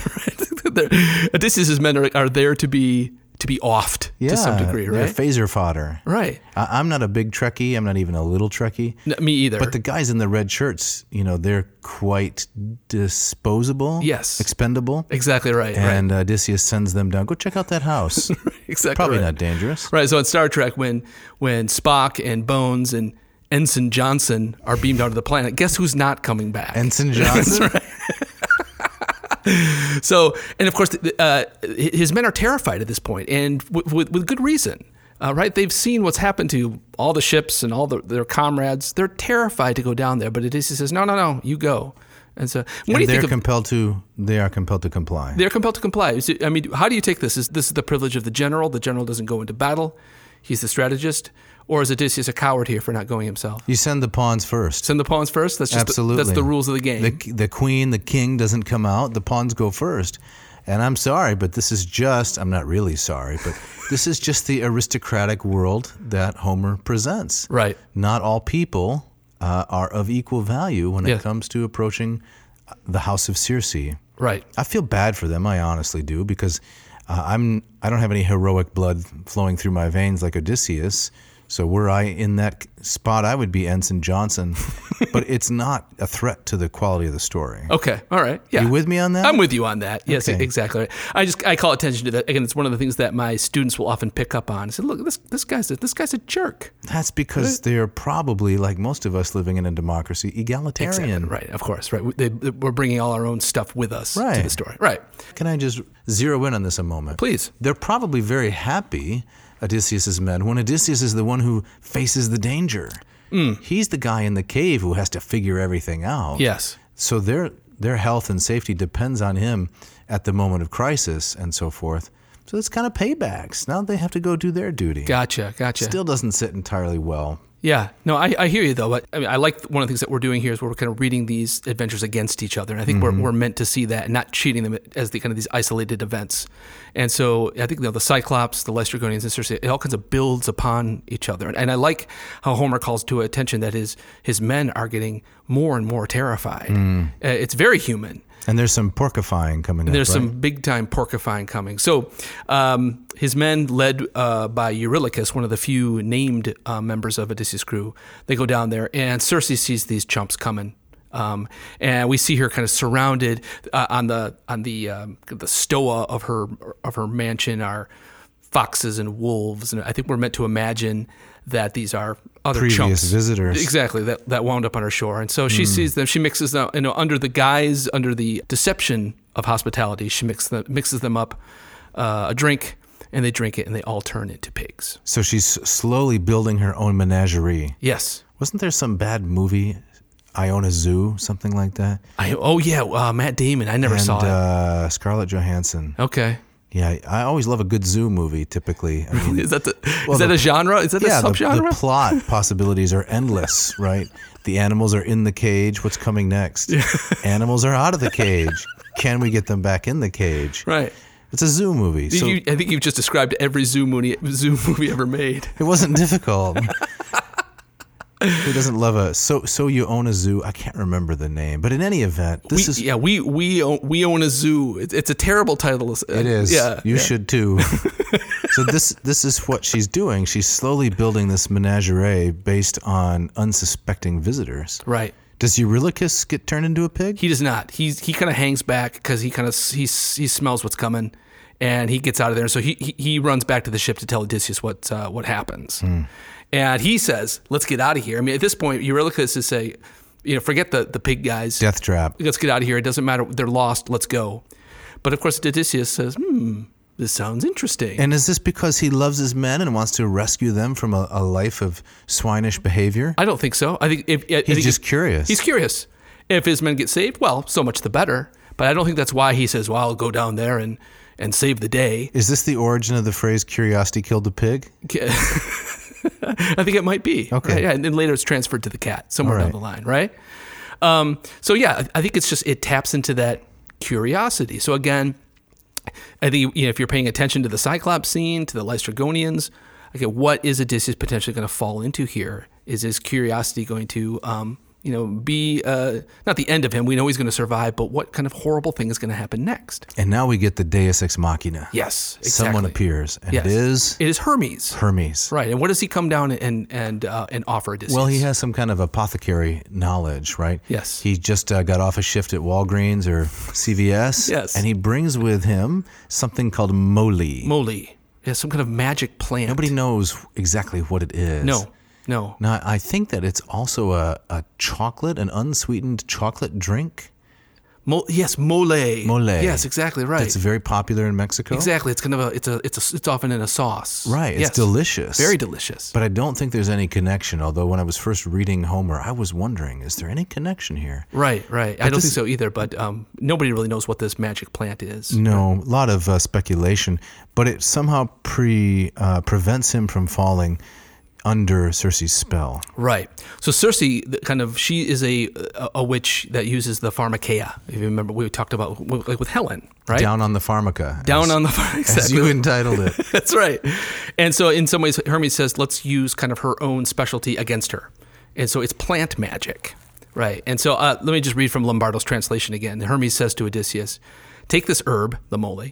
Speaker 2: they're- Odysseus's men are, are there to be to be offed to some degree,
Speaker 1: they're
Speaker 2: right?
Speaker 1: Phaser fodder.
Speaker 2: right.
Speaker 1: I, I'm not a big Trekkie. I'm not even a little Trekkie.
Speaker 2: N- me either.
Speaker 1: But the guys in the red shirts, you know, they're quite disposable.
Speaker 2: Yes.
Speaker 1: Expendable.
Speaker 2: exactly right.
Speaker 1: And uh, Odysseus sends them down. Go check out that house.
Speaker 2: right. Exactly.
Speaker 1: Probably
Speaker 2: right.
Speaker 1: not dangerous.
Speaker 2: Right. So in Star Trek, when when Spock and Bones and Ensign Johnson are beamed onto the planet, guess who's not coming back?
Speaker 1: Ensign Johnson.
Speaker 2: So, and of course, th- uh, his men are terrified at this point, and with, with, with good reason. Uh, right? They've seen what's happened to all the ships and all the, their comrades. They're terrified to go down there, but Odysseus says, "No, no, no, you go." And so, what do you
Speaker 1: And they're
Speaker 2: think? Of,
Speaker 1: compelled to. They are compelled to comply.
Speaker 2: they're compelled to comply. Is it- I mean, how do you take this? Is this the privilege of the general? The general doesn't go into battle; he's the strategist. Or is Odysseus a coward here for not going himself?
Speaker 1: you send the pawns first.
Speaker 2: Send the pawns first. That's just the-
Speaker 1: Absolutely.
Speaker 2: that's the rules of the game.
Speaker 1: The, the queen, the king doesn't come out. The pawns go first. And I'm sorry, but this is just, I'm not really sorry, but this is just the aristocratic world that Homer presents.
Speaker 2: Right.
Speaker 1: Not all people uh, are of equal value when
Speaker 2: Yeah.
Speaker 1: it comes to approaching uh, the house of Circe.
Speaker 2: right.
Speaker 1: I feel bad for them. I honestly do because uh, I'm I don't have any heroic blood flowing through my veins like Odysseus. So were I in that spot, I would be Ensign Johnson. but it's not a threat to the quality of the story.
Speaker 2: Okay. All right. Yeah.
Speaker 1: You with me on that?
Speaker 2: I'm with you on that. Yes,
Speaker 1: Okay.
Speaker 2: exactly. Right. I just I call attention to that. Again, it's one of the things that my students will often pick up on. I said, look, this this guy's a, this guy's a jerk.
Speaker 1: That's because they're probably like most of us living in a democracy, egalitarian.
Speaker 2: Right. Of course. Right. We, they, we're bringing all our own stuff with us to the
Speaker 1: Right.
Speaker 2: story. Right.
Speaker 1: Can I just zero in on this a moment?
Speaker 2: Please.
Speaker 1: They're probably very happy, Odysseus's men, when Odysseus is the one who faces the danger.
Speaker 2: Hmm.
Speaker 1: He's the guy in the cave who has to figure everything out.
Speaker 2: Yes.
Speaker 1: So their their health and safety depends on him at the moment of crisis and so forth. So it's kind of paybacks. Now they have to go do their duty.
Speaker 2: Gotcha. Gotcha.
Speaker 1: Still doesn't sit entirely well.
Speaker 2: Yeah, no, I, I hear you though, but I mean, I like one of the things that we're doing here is we're kind of reading these adventures against each other, and I think we're, we're meant to see that and not treating them as the kind of these isolated events. And so I think you know, the Cyclops, the Lestragonians, and Circe, it all kinds of builds upon each other. And, and I like how Homer calls to attention that his his men are getting more and more terrified. Uh, it's very human.
Speaker 1: And there's some porcifying coming up.
Speaker 2: There's
Speaker 1: right?
Speaker 2: some big time porcifying coming. So um, his men, led uh, by Eurylochus, one of the few named uh, members of Odysseus' crew, they go down there, and Circe sees these chumps coming. Um, and we see her kind of surrounded uh, on the on the um, the stoa of her of her mansion are foxes and wolves, and I think we're meant to imagine that these are other
Speaker 1: previous
Speaker 2: chumps.
Speaker 1: visitors.
Speaker 2: Exactly, that, that wound up on her shore. And so
Speaker 1: Hmm.
Speaker 2: she sees them, she mixes them, you know, under the guise, under the deception of hospitality, she mixes them, mixes them up uh, a drink, and they drink it, and they all turn into pigs.
Speaker 1: So she's slowly building her own menagerie.
Speaker 2: Yes.
Speaker 1: Wasn't there some bad movie, Iona Zoo, something like that?
Speaker 2: I, oh, yeah, uh, Matt Damon. I never
Speaker 1: and
Speaker 2: saw it.
Speaker 1: uh, Scarlett Johansson.
Speaker 2: Okay.
Speaker 1: Yeah, I always love a good zoo movie. Typically, I mean,
Speaker 2: Is that, the,
Speaker 1: well,
Speaker 2: is that
Speaker 1: the-
Speaker 2: a genre? Is that
Speaker 1: yeah,
Speaker 2: a
Speaker 1: the, the
Speaker 2: subgenre?
Speaker 1: plot possibilities are endless, right? The animals are in the cage. What's coming next? Animals are out of the cage. Can we get them back in the cage?
Speaker 2: right.
Speaker 1: It's a zoo movie, so
Speaker 2: you, I think you've just described every zoo movie, zoo movie ever made.
Speaker 1: it wasn't difficult. Who doesn't love a so so you own a zoo? I can't remember the name, but in any event, this
Speaker 2: we, e-
Speaker 1: is
Speaker 2: yeah, we we own, we own a zoo. It, it's a terrible title.
Speaker 1: It is.
Speaker 2: Yeah,
Speaker 1: you
Speaker 2: yeah.
Speaker 1: should too. so this this is what she's doing. She's slowly building this menagerie based on unsuspecting visitors.
Speaker 2: Right.
Speaker 1: Does Eurylochus get turned into a pig?
Speaker 2: He does not. He's he kind of hangs back because he kind of he he smells what's coming, and he gets out of there. And so he, he, he runs back to the ship to tell Odysseus what, uh, what happens.
Speaker 1: Hmm.
Speaker 2: And he says, let's get out of here. I mean, at this point, Eurylochus is say, you know, forget the, the pig guys.
Speaker 1: Death trap.
Speaker 2: Let's get out of here. It doesn't matter. They're lost. Let's go. But of course, Odysseus says, hmm, this sounds interesting.
Speaker 1: And is this because he loves his men and wants to rescue them from a, a life of swinish behavior?
Speaker 2: I don't think so. I think if I think
Speaker 1: just
Speaker 2: if-
Speaker 1: curious.
Speaker 2: He's curious. If his men get saved, well, so much the better. But I don't think that's why he says, "Well, I'll go down there and and save the day."
Speaker 1: Is this the origin of the phrase "curiosity killed the pig"?
Speaker 2: I think it might be.
Speaker 1: Okay.
Speaker 2: Right? Yeah, and then later it's transferred to the cat somewhere
Speaker 1: All
Speaker 2: down
Speaker 1: right.
Speaker 2: the line, right? Um, so yeah, I I think it's just it taps into that curiosity. So again, I think you know, if you're paying attention to the Cyclops scene, to the Lystragonians, okay, what is Odysseus potentially going to fall into here? Is his curiosity going to, um, you know, be uh, not the end of him? We know he's going to survive, but what kind of horrible thing is going to happen next?
Speaker 1: And now we get the Deus ex machina.
Speaker 2: Yes, exactly.
Speaker 1: Someone appears, and
Speaker 2: Yes.
Speaker 1: it is
Speaker 2: It is Hermes,
Speaker 1: Hermes.
Speaker 2: right? And what does he come down and and uh, and offer Odysseus?
Speaker 1: Well, he has some kind of apothecary knowledge, right?
Speaker 2: Yes.
Speaker 1: He just uh, got off a shift at Walgreens or CVS.
Speaker 2: Yes.
Speaker 1: And he brings with him something called moly.
Speaker 2: moly. Yeah, some kind of magic plant.
Speaker 1: Nobody knows exactly what it is.
Speaker 2: No, no.
Speaker 1: Now, I think that it's also a, a chocolate, an unsweetened chocolate drink
Speaker 2: Mo- yes, mole. Mole.
Speaker 1: Mole.
Speaker 2: Yes, exactly right.
Speaker 1: that's very popular in Mexico.
Speaker 2: exactly. It's kind of a. It's a. It's a. It's often in a sauce.
Speaker 1: Right. It's
Speaker 2: Yes.
Speaker 1: delicious.
Speaker 2: Very delicious.
Speaker 1: But I don't think there's any connection, although when I was first reading Homer, I was wondering, is there any connection here?
Speaker 2: right. Right. I don't
Speaker 1: this-
Speaker 2: think so either. But um, nobody really knows what this magic plant is.
Speaker 1: No, a lot of uh, speculation, but it somehow pre uh, prevents him from falling under Cersei's spell.
Speaker 2: Right. So Circe, the kind of, she is a, a a witch that uses the pharmakeia. If you remember, we talked about with- like with Helen, right?
Speaker 1: Down on the pharmaca.
Speaker 2: Down
Speaker 1: as-
Speaker 2: on the pharmakeia.
Speaker 1: as you entitled it.
Speaker 2: That's right. And so, in some ways, Hermes says, let's use kind of her own specialty against her. And so, it's plant magic. Right. And so, uh, let me just read from Lombardo's translation again. Hermes says to Odysseus, Take this herb, the mole,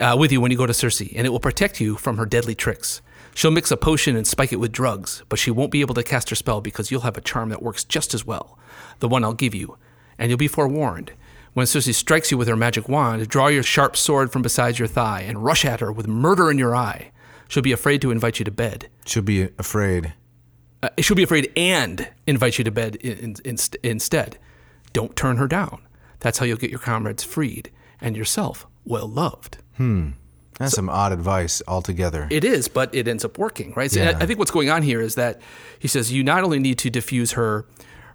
Speaker 2: uh, with you when you go to Circe, and it will protect you from her deadly tricks. She'll mix a potion and spike it with drugs, but she won't be able to cast her spell because you'll have a charm that works just as well, the one I'll give you. And you'll be forewarned. When Circe strikes you with her magic wand, draw your sharp sword from beside your thigh and rush at her with murder in your eye. She'll be afraid to invite you to bed.
Speaker 1: She'll be afraid.
Speaker 2: Uh, she'll be afraid and invite you to bed in, in, inst instead. Don't turn her down. That's how you'll get your comrades freed and yourself well loved.
Speaker 1: That's some odd advice altogether.
Speaker 2: It is, but it ends up working, right? So
Speaker 1: Yeah.
Speaker 2: I think what's going on here is that he says you not only need to diffuse her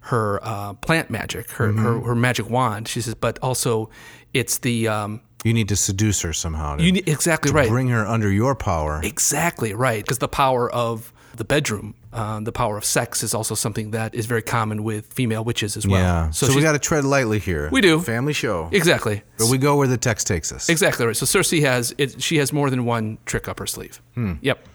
Speaker 2: her uh, plant magic, her, her her magic wand. She says, but also it's the um,
Speaker 1: you need to seduce her somehow. To
Speaker 2: you need, exactly right,
Speaker 1: Bring her under your power.
Speaker 2: exactly right, because the power of the bedroom, uh, the power of sex, is also something that is very common with female witches as well.
Speaker 1: yeah. So, we
Speaker 2: she's-
Speaker 1: got to tread lightly here.
Speaker 2: We do.
Speaker 1: Family show.
Speaker 2: exactly.
Speaker 1: But we go where the text takes us.
Speaker 2: Exactly right. So Cersei has it, she has more than one trick up her sleeve.
Speaker 1: Hmm.
Speaker 2: Yep.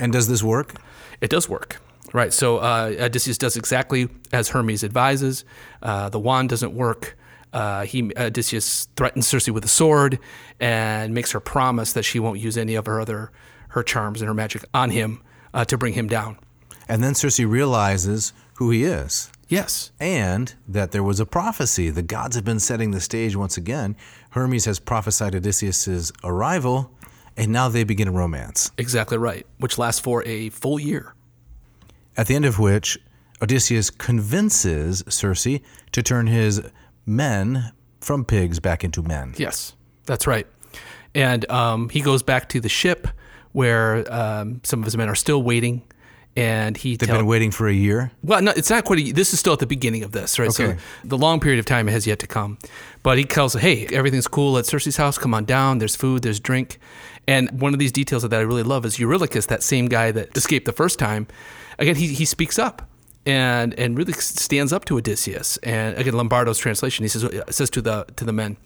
Speaker 1: and does this work?
Speaker 2: It does work. Right. So uh, Odysseus does exactly as Hermes advises. Uh, the wand doesn't work. Uh, he Odysseus threatens Circe with a sword and makes her promise that she won't use any of her other her charms and her magic on him uh, to bring him down.
Speaker 1: And then Cersei realizes who he is.
Speaker 2: Yes.
Speaker 1: and that there was a prophecy. The gods have been setting the stage once again. Hermes has prophesied Odysseus' arrival, and now they begin a romance.
Speaker 2: Exactly right. Which lasts for a full year.
Speaker 1: At the end of which, Odysseus convinces Circe to turn his men from pigs back into men.
Speaker 2: Yes, that's right. And um, he goes back to the ship where um, some of his men are still waiting. And he
Speaker 1: They've been waiting for a year.
Speaker 2: Well, no, it's not quite. A, this is still at the beginning of this, right? So
Speaker 1: Okay.
Speaker 2: the long period of time has yet to come. But he tells, "Hey, everything's cool at Cersei's house. Come on down. There's food. There's drink." And one of these details that I really love is Eurylochus, that same guy that escaped the first time. Again, he he speaks up and and really stands up to Odysseus. And again, Lombardo's translation, he says uh, says to the to the men,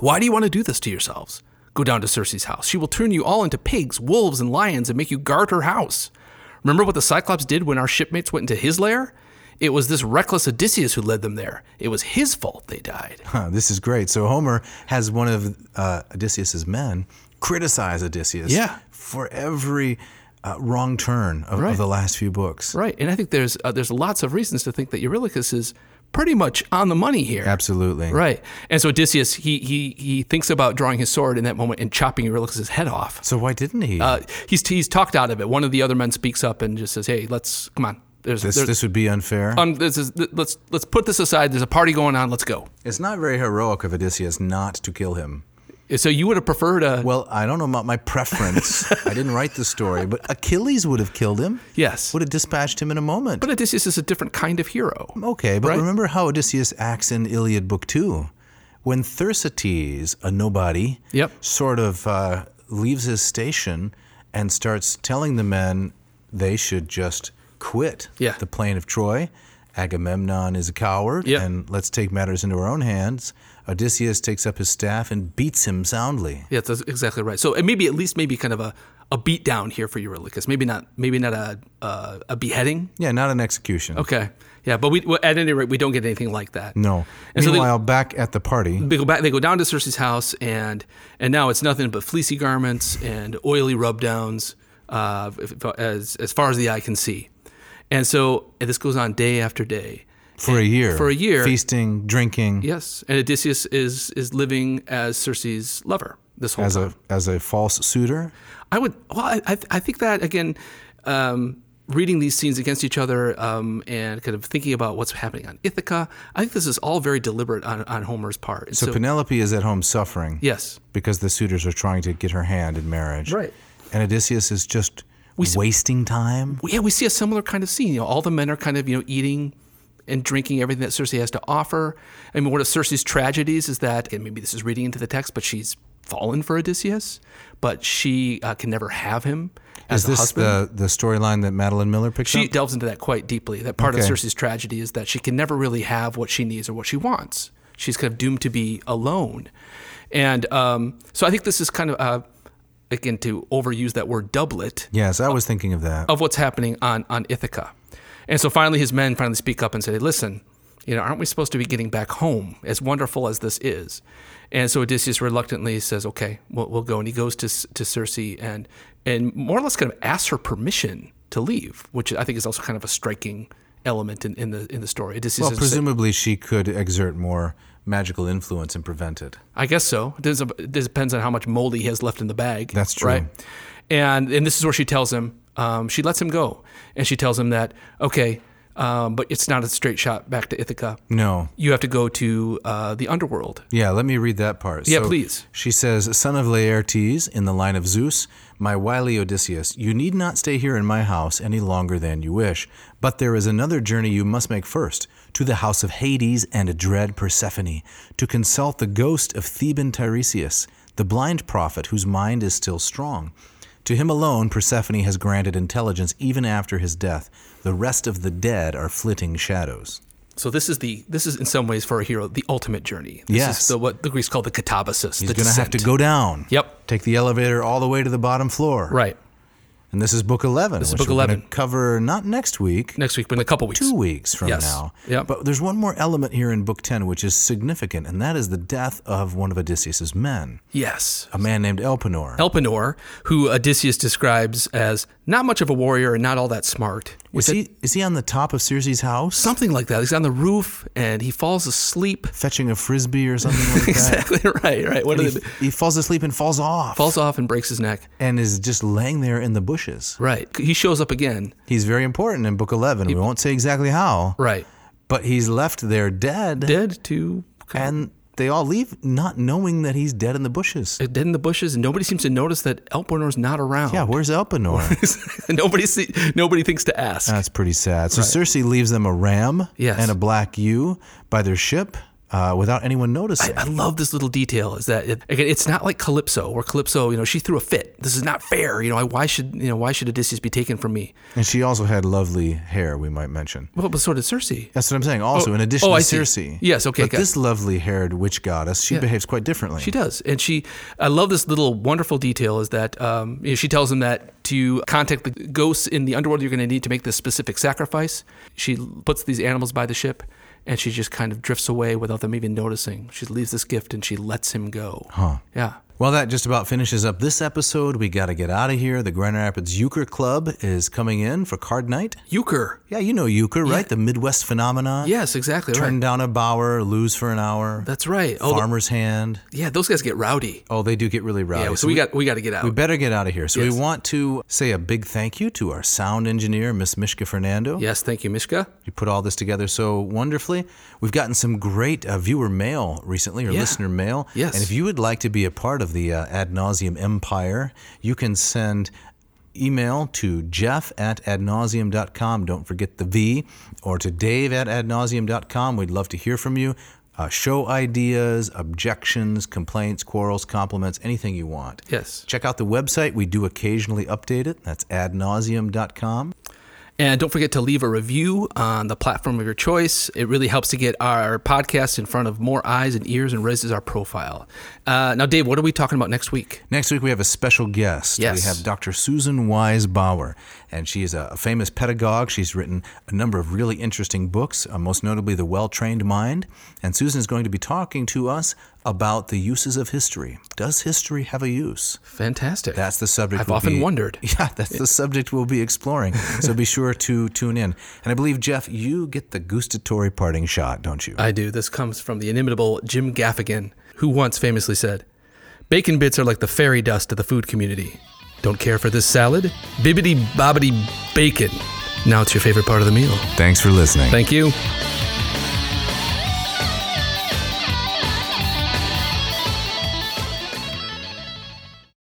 Speaker 2: "Why do you want to do this to yourselves? Go down to Cersei's house. She will turn you all into pigs, wolves, and lions, and make you guard her house." Remember what the Cyclops did when our shipmates went into his lair? It was this reckless Odysseus who led them there. It was his fault they died.
Speaker 1: Huh, this is great. So Homer has one of uh, Odysseus' men criticize Odysseus
Speaker 2: Yeah.
Speaker 1: for every uh, wrong turn of, of the last few books.
Speaker 2: Right, and I think there's uh, there's lots of reasons to think that Eurylochus is pretty much on the money here.
Speaker 1: Absolutely.
Speaker 2: Right. And so Odysseus, he he he thinks about drawing his sword in that moment and chopping Eurylochus' head off.
Speaker 1: So why didn't he?
Speaker 2: Uh, he's he's talked out of it. One of the other men speaks up and just says, "Hey, let's come on. There's,
Speaker 1: this,
Speaker 2: there's
Speaker 1: this would be unfair.
Speaker 2: um, this is, th- let's let's put this aside. There's a party going on. Let's go."
Speaker 1: it's not very heroic of Odysseus not to kill him.
Speaker 2: So you would have preferred a
Speaker 1: Well, I don't know about my preference. I didn't write the story, but Achilles would have killed him.
Speaker 2: yes,
Speaker 1: Would have dispatched him in a moment.
Speaker 2: but Odysseus is a different kind of hero.
Speaker 1: Okay, but
Speaker 2: Right?
Speaker 1: remember how Odysseus acts in Iliad Book 2. When Thersites, a nobody,
Speaker 2: Yep.
Speaker 1: sort of uh, leaves his station and starts telling the men they should just quit
Speaker 2: Yeah.
Speaker 1: the plain of Troy. Agamemnon is a coward,
Speaker 2: Yep.
Speaker 1: and let's take matters into our own hands. Odysseus takes up his staff and beats him soundly.
Speaker 2: Yeah, that's exactly right. So and maybe at least maybe kind of a a beat down here for Eurylochus. Maybe not maybe not a a, a beheading.
Speaker 1: Yeah, not an execution.
Speaker 2: Okay. Yeah, but we well, at any rate we don't get anything like that.
Speaker 1: No.
Speaker 2: And so they-
Speaker 1: Meanwhile, back at the party,
Speaker 2: They go back. They go down to Cersei's house, and and now it's nothing but fleecy garments and oily rub downs, uh, if- as as far as the eye can see. And so and this goes on day after day.
Speaker 1: for a year,
Speaker 2: for a year-
Speaker 1: feasting, drinking,
Speaker 2: Yes, and Odysseus is is living as Cersei's lover this whole
Speaker 1: as
Speaker 2: time.
Speaker 1: a as a false suitor.
Speaker 2: I would. Well, I I, I think that again, um, reading these scenes against each other um, and kind of thinking about what's happening on Ithaca, I think this is all very deliberate on, on Homer's part. And
Speaker 1: So, Penelope is at home suffering
Speaker 2: yes,
Speaker 1: because the suitors are trying to get her hand in marriage.
Speaker 2: Right.
Speaker 1: And Odysseus is just wasting time.
Speaker 2: we, yeah, we see a similar kind of scene. You know, all the men are kind of you know eating and drinking everything that Circe has to offer. I mean, one of Circe's tragedies is that, and maybe this is reading into the text, but she's fallen for Odysseus, but she uh, can never have him as
Speaker 1: Is
Speaker 2: a
Speaker 1: this
Speaker 2: husband.
Speaker 1: the, the storyline that Madeline Miller picked
Speaker 2: She
Speaker 1: up?
Speaker 2: delves into that quite deeply. That part of
Speaker 1: Okay.
Speaker 2: Cersei's tragedy is that she can never really have what she needs or what she wants. She's kind of doomed to be alone. And um, so I think this is kind of, uh, again, to overuse that word doublet
Speaker 1: Yes, I was thinking of that.
Speaker 2: of what's happening on, on Ithaca. And so finally, his men finally speak up and say, listen, you know, aren't we supposed to be getting back home as wonderful as this is? And so Odysseus reluctantly says, okay, we'll, we'll go. And he goes to, S- to Circe and, and more or less kind of asks her permission to leave, which I think is also kind of a striking element in, in the in the story. Odysseus
Speaker 1: well,
Speaker 2: is-
Speaker 1: presumably she could exert more magical influence and prevent it.
Speaker 2: I guess so. This, this depends on how much mold he has left in the bag.
Speaker 1: That's true.
Speaker 2: Right? And and this is where she tells him. Um, she lets him go, and she tells him that okay, um, but it's not a straight shot back to Ithaca.
Speaker 1: No.
Speaker 2: You have to go to uh, the underworld.
Speaker 1: Yeah, let me read that part.
Speaker 2: Yeah, please.
Speaker 1: She says, Son of Laertes, in the line of Zeus, my wily Odysseus, you need not stay here in my house any longer than you wish, but there is another journey you must make first to the house of Hades and dread Persephone, to consult the ghost of Theban Tiresias, the blind prophet whose mind is still strong. To him alone, Persephone has granted intelligence even after his death. The rest of the dead are flitting shadows.
Speaker 2: So this is the this is in some ways for a hero the ultimate journey. This
Speaker 1: Yes.
Speaker 2: is the, what the Greeks call the katabasis.
Speaker 1: He's going to have to go down.
Speaker 2: Yep.
Speaker 1: Take the elevator all the way to the bottom floor.
Speaker 2: Right
Speaker 1: And this is book 11. This
Speaker 2: is
Speaker 1: which
Speaker 2: book
Speaker 1: we're gonna
Speaker 2: 11.
Speaker 1: Cover not next week,
Speaker 2: next week, but in a couple weeks.
Speaker 1: two weeks from
Speaker 2: Yes.
Speaker 1: now.
Speaker 2: Yep.
Speaker 1: But there's one more element here in book 10 which is significant, and that is the death of one of Odysseus's men,
Speaker 2: Yes.
Speaker 1: a man named Elpenor.
Speaker 2: Elpenor, who Odysseus describes as not much of a warrior and not all that smart,
Speaker 1: is he is he on the top of Circe's house
Speaker 2: something like that. He's on the roof and he falls asleep.
Speaker 1: fetching a frisbee or something like that?
Speaker 2: Exactly right, right. What
Speaker 1: And
Speaker 2: are
Speaker 1: He,
Speaker 2: they?
Speaker 1: he falls asleep and falls off
Speaker 2: Falls off and breaks his neck.
Speaker 1: and is just laying there in the bushes.
Speaker 2: Right. He shows up again.
Speaker 1: He's very important in book 11. we won't say exactly how,
Speaker 2: Right.
Speaker 1: but he's left there dead.
Speaker 2: Dead to
Speaker 1: and they all leave not knowing that he's dead in the bushes.
Speaker 2: dead in the bushes, and nobody seems to notice that Elpenor's not around.
Speaker 1: Yeah, where's Elpenor?
Speaker 2: nobody see, nobody thinks to ask.
Speaker 1: That's pretty sad. So Circe leaves them a ram
Speaker 2: Yes.
Speaker 1: and a black ewe by their ship uh, without anyone noticing.
Speaker 2: I love this little detail is that it, again it's not like Calypso where Calypso you know she threw a fit this is not fair you know I, why should you know why should Odysseus be taken from me
Speaker 1: and she also had lovely hair, we might mention.
Speaker 2: well but so did Circe
Speaker 1: That's what I'm saying. Also, in addition
Speaker 2: oh, I
Speaker 1: to
Speaker 2: see.
Speaker 1: Circe.
Speaker 2: Yes, okay,
Speaker 1: But
Speaker 2: got it.
Speaker 1: this lovely haired witch goddess, she behaves quite differently.
Speaker 2: She does, and she. I love this little wonderful detail is that um, you know, she tells him that to contact the ghosts in the underworld, you're going to need to make this specific sacrifice. She puts these animals by the ship, and she just kind of drifts away without them even noticing. She leaves this gift, and she lets him go. Huh. Yeah.
Speaker 1: Well, that just about finishes up this episode. We got to get out of here. The Grand Rapids Euchre Club is coming in for card night.
Speaker 2: Euchre.
Speaker 1: Yeah, you know Euchre, right? The Midwest phenomenon.
Speaker 2: Yes, exactly.
Speaker 1: Turn
Speaker 2: Right.
Speaker 1: down a bower, lose for an hour.
Speaker 2: That's right. Oh, the-
Speaker 1: Farmer's hand.
Speaker 2: yeah, those guys get rowdy.
Speaker 1: Oh, they do get really rowdy.
Speaker 2: Yeah, so we got we got to get out.
Speaker 1: We better get out of here. So
Speaker 2: Yes.
Speaker 1: we want to say a big thank you to our sound engineer, Miss Mishka Fernando.
Speaker 2: yes, thank you, Mishka.
Speaker 1: You put all this together so wonderfully. We've gotten some great uh, viewer mail recently, or
Speaker 2: Yeah.
Speaker 1: listener mail.
Speaker 2: Yes.
Speaker 1: And if you would like to be a part of the uh, ad nauseum empire, you can send email to jeff at ad nauseum.com. Don't forget the V, or to dave at ad nauseum.com. We'd love to hear from you. Uh, show ideas, objections, complaints, quarrels, compliments, anything you want.
Speaker 2: Yes.
Speaker 1: Check out the website. We do occasionally update it. That's ad nauseum.com.
Speaker 2: And don't forget to leave a review on the platform of your choice. It really helps to get our podcast in front of more eyes and ears and raises our profile. Uh, now, Dave, what are we talking about next week?
Speaker 1: Next week, we have a special guest.
Speaker 2: Yes.
Speaker 1: We have Dr. Susan Wise Bauer, and she is a famous pedagogue. She's written a number of really interesting books, uh, most notably The Well Trained Mind. And Susan is going to be talking to us about the uses of history. Does history have a use?
Speaker 2: Fantastic.
Speaker 1: That's the subject.
Speaker 2: I've
Speaker 1: we'll
Speaker 2: often
Speaker 1: be-
Speaker 2: wondered.
Speaker 1: Yeah, that's the subject we'll be exploring. So be sure to tune in. And I believe, Jeff, you get the gustatory parting shot, don't you?
Speaker 2: I do. This comes from the inimitable Jim Gaffigan, who once famously said, Bacon bits are like the fairy dust of the food community. Don't care for this salad? Bibbity bobbity bacon. Now it's your favorite part of the meal.
Speaker 1: Thanks for listening.
Speaker 2: Thank you.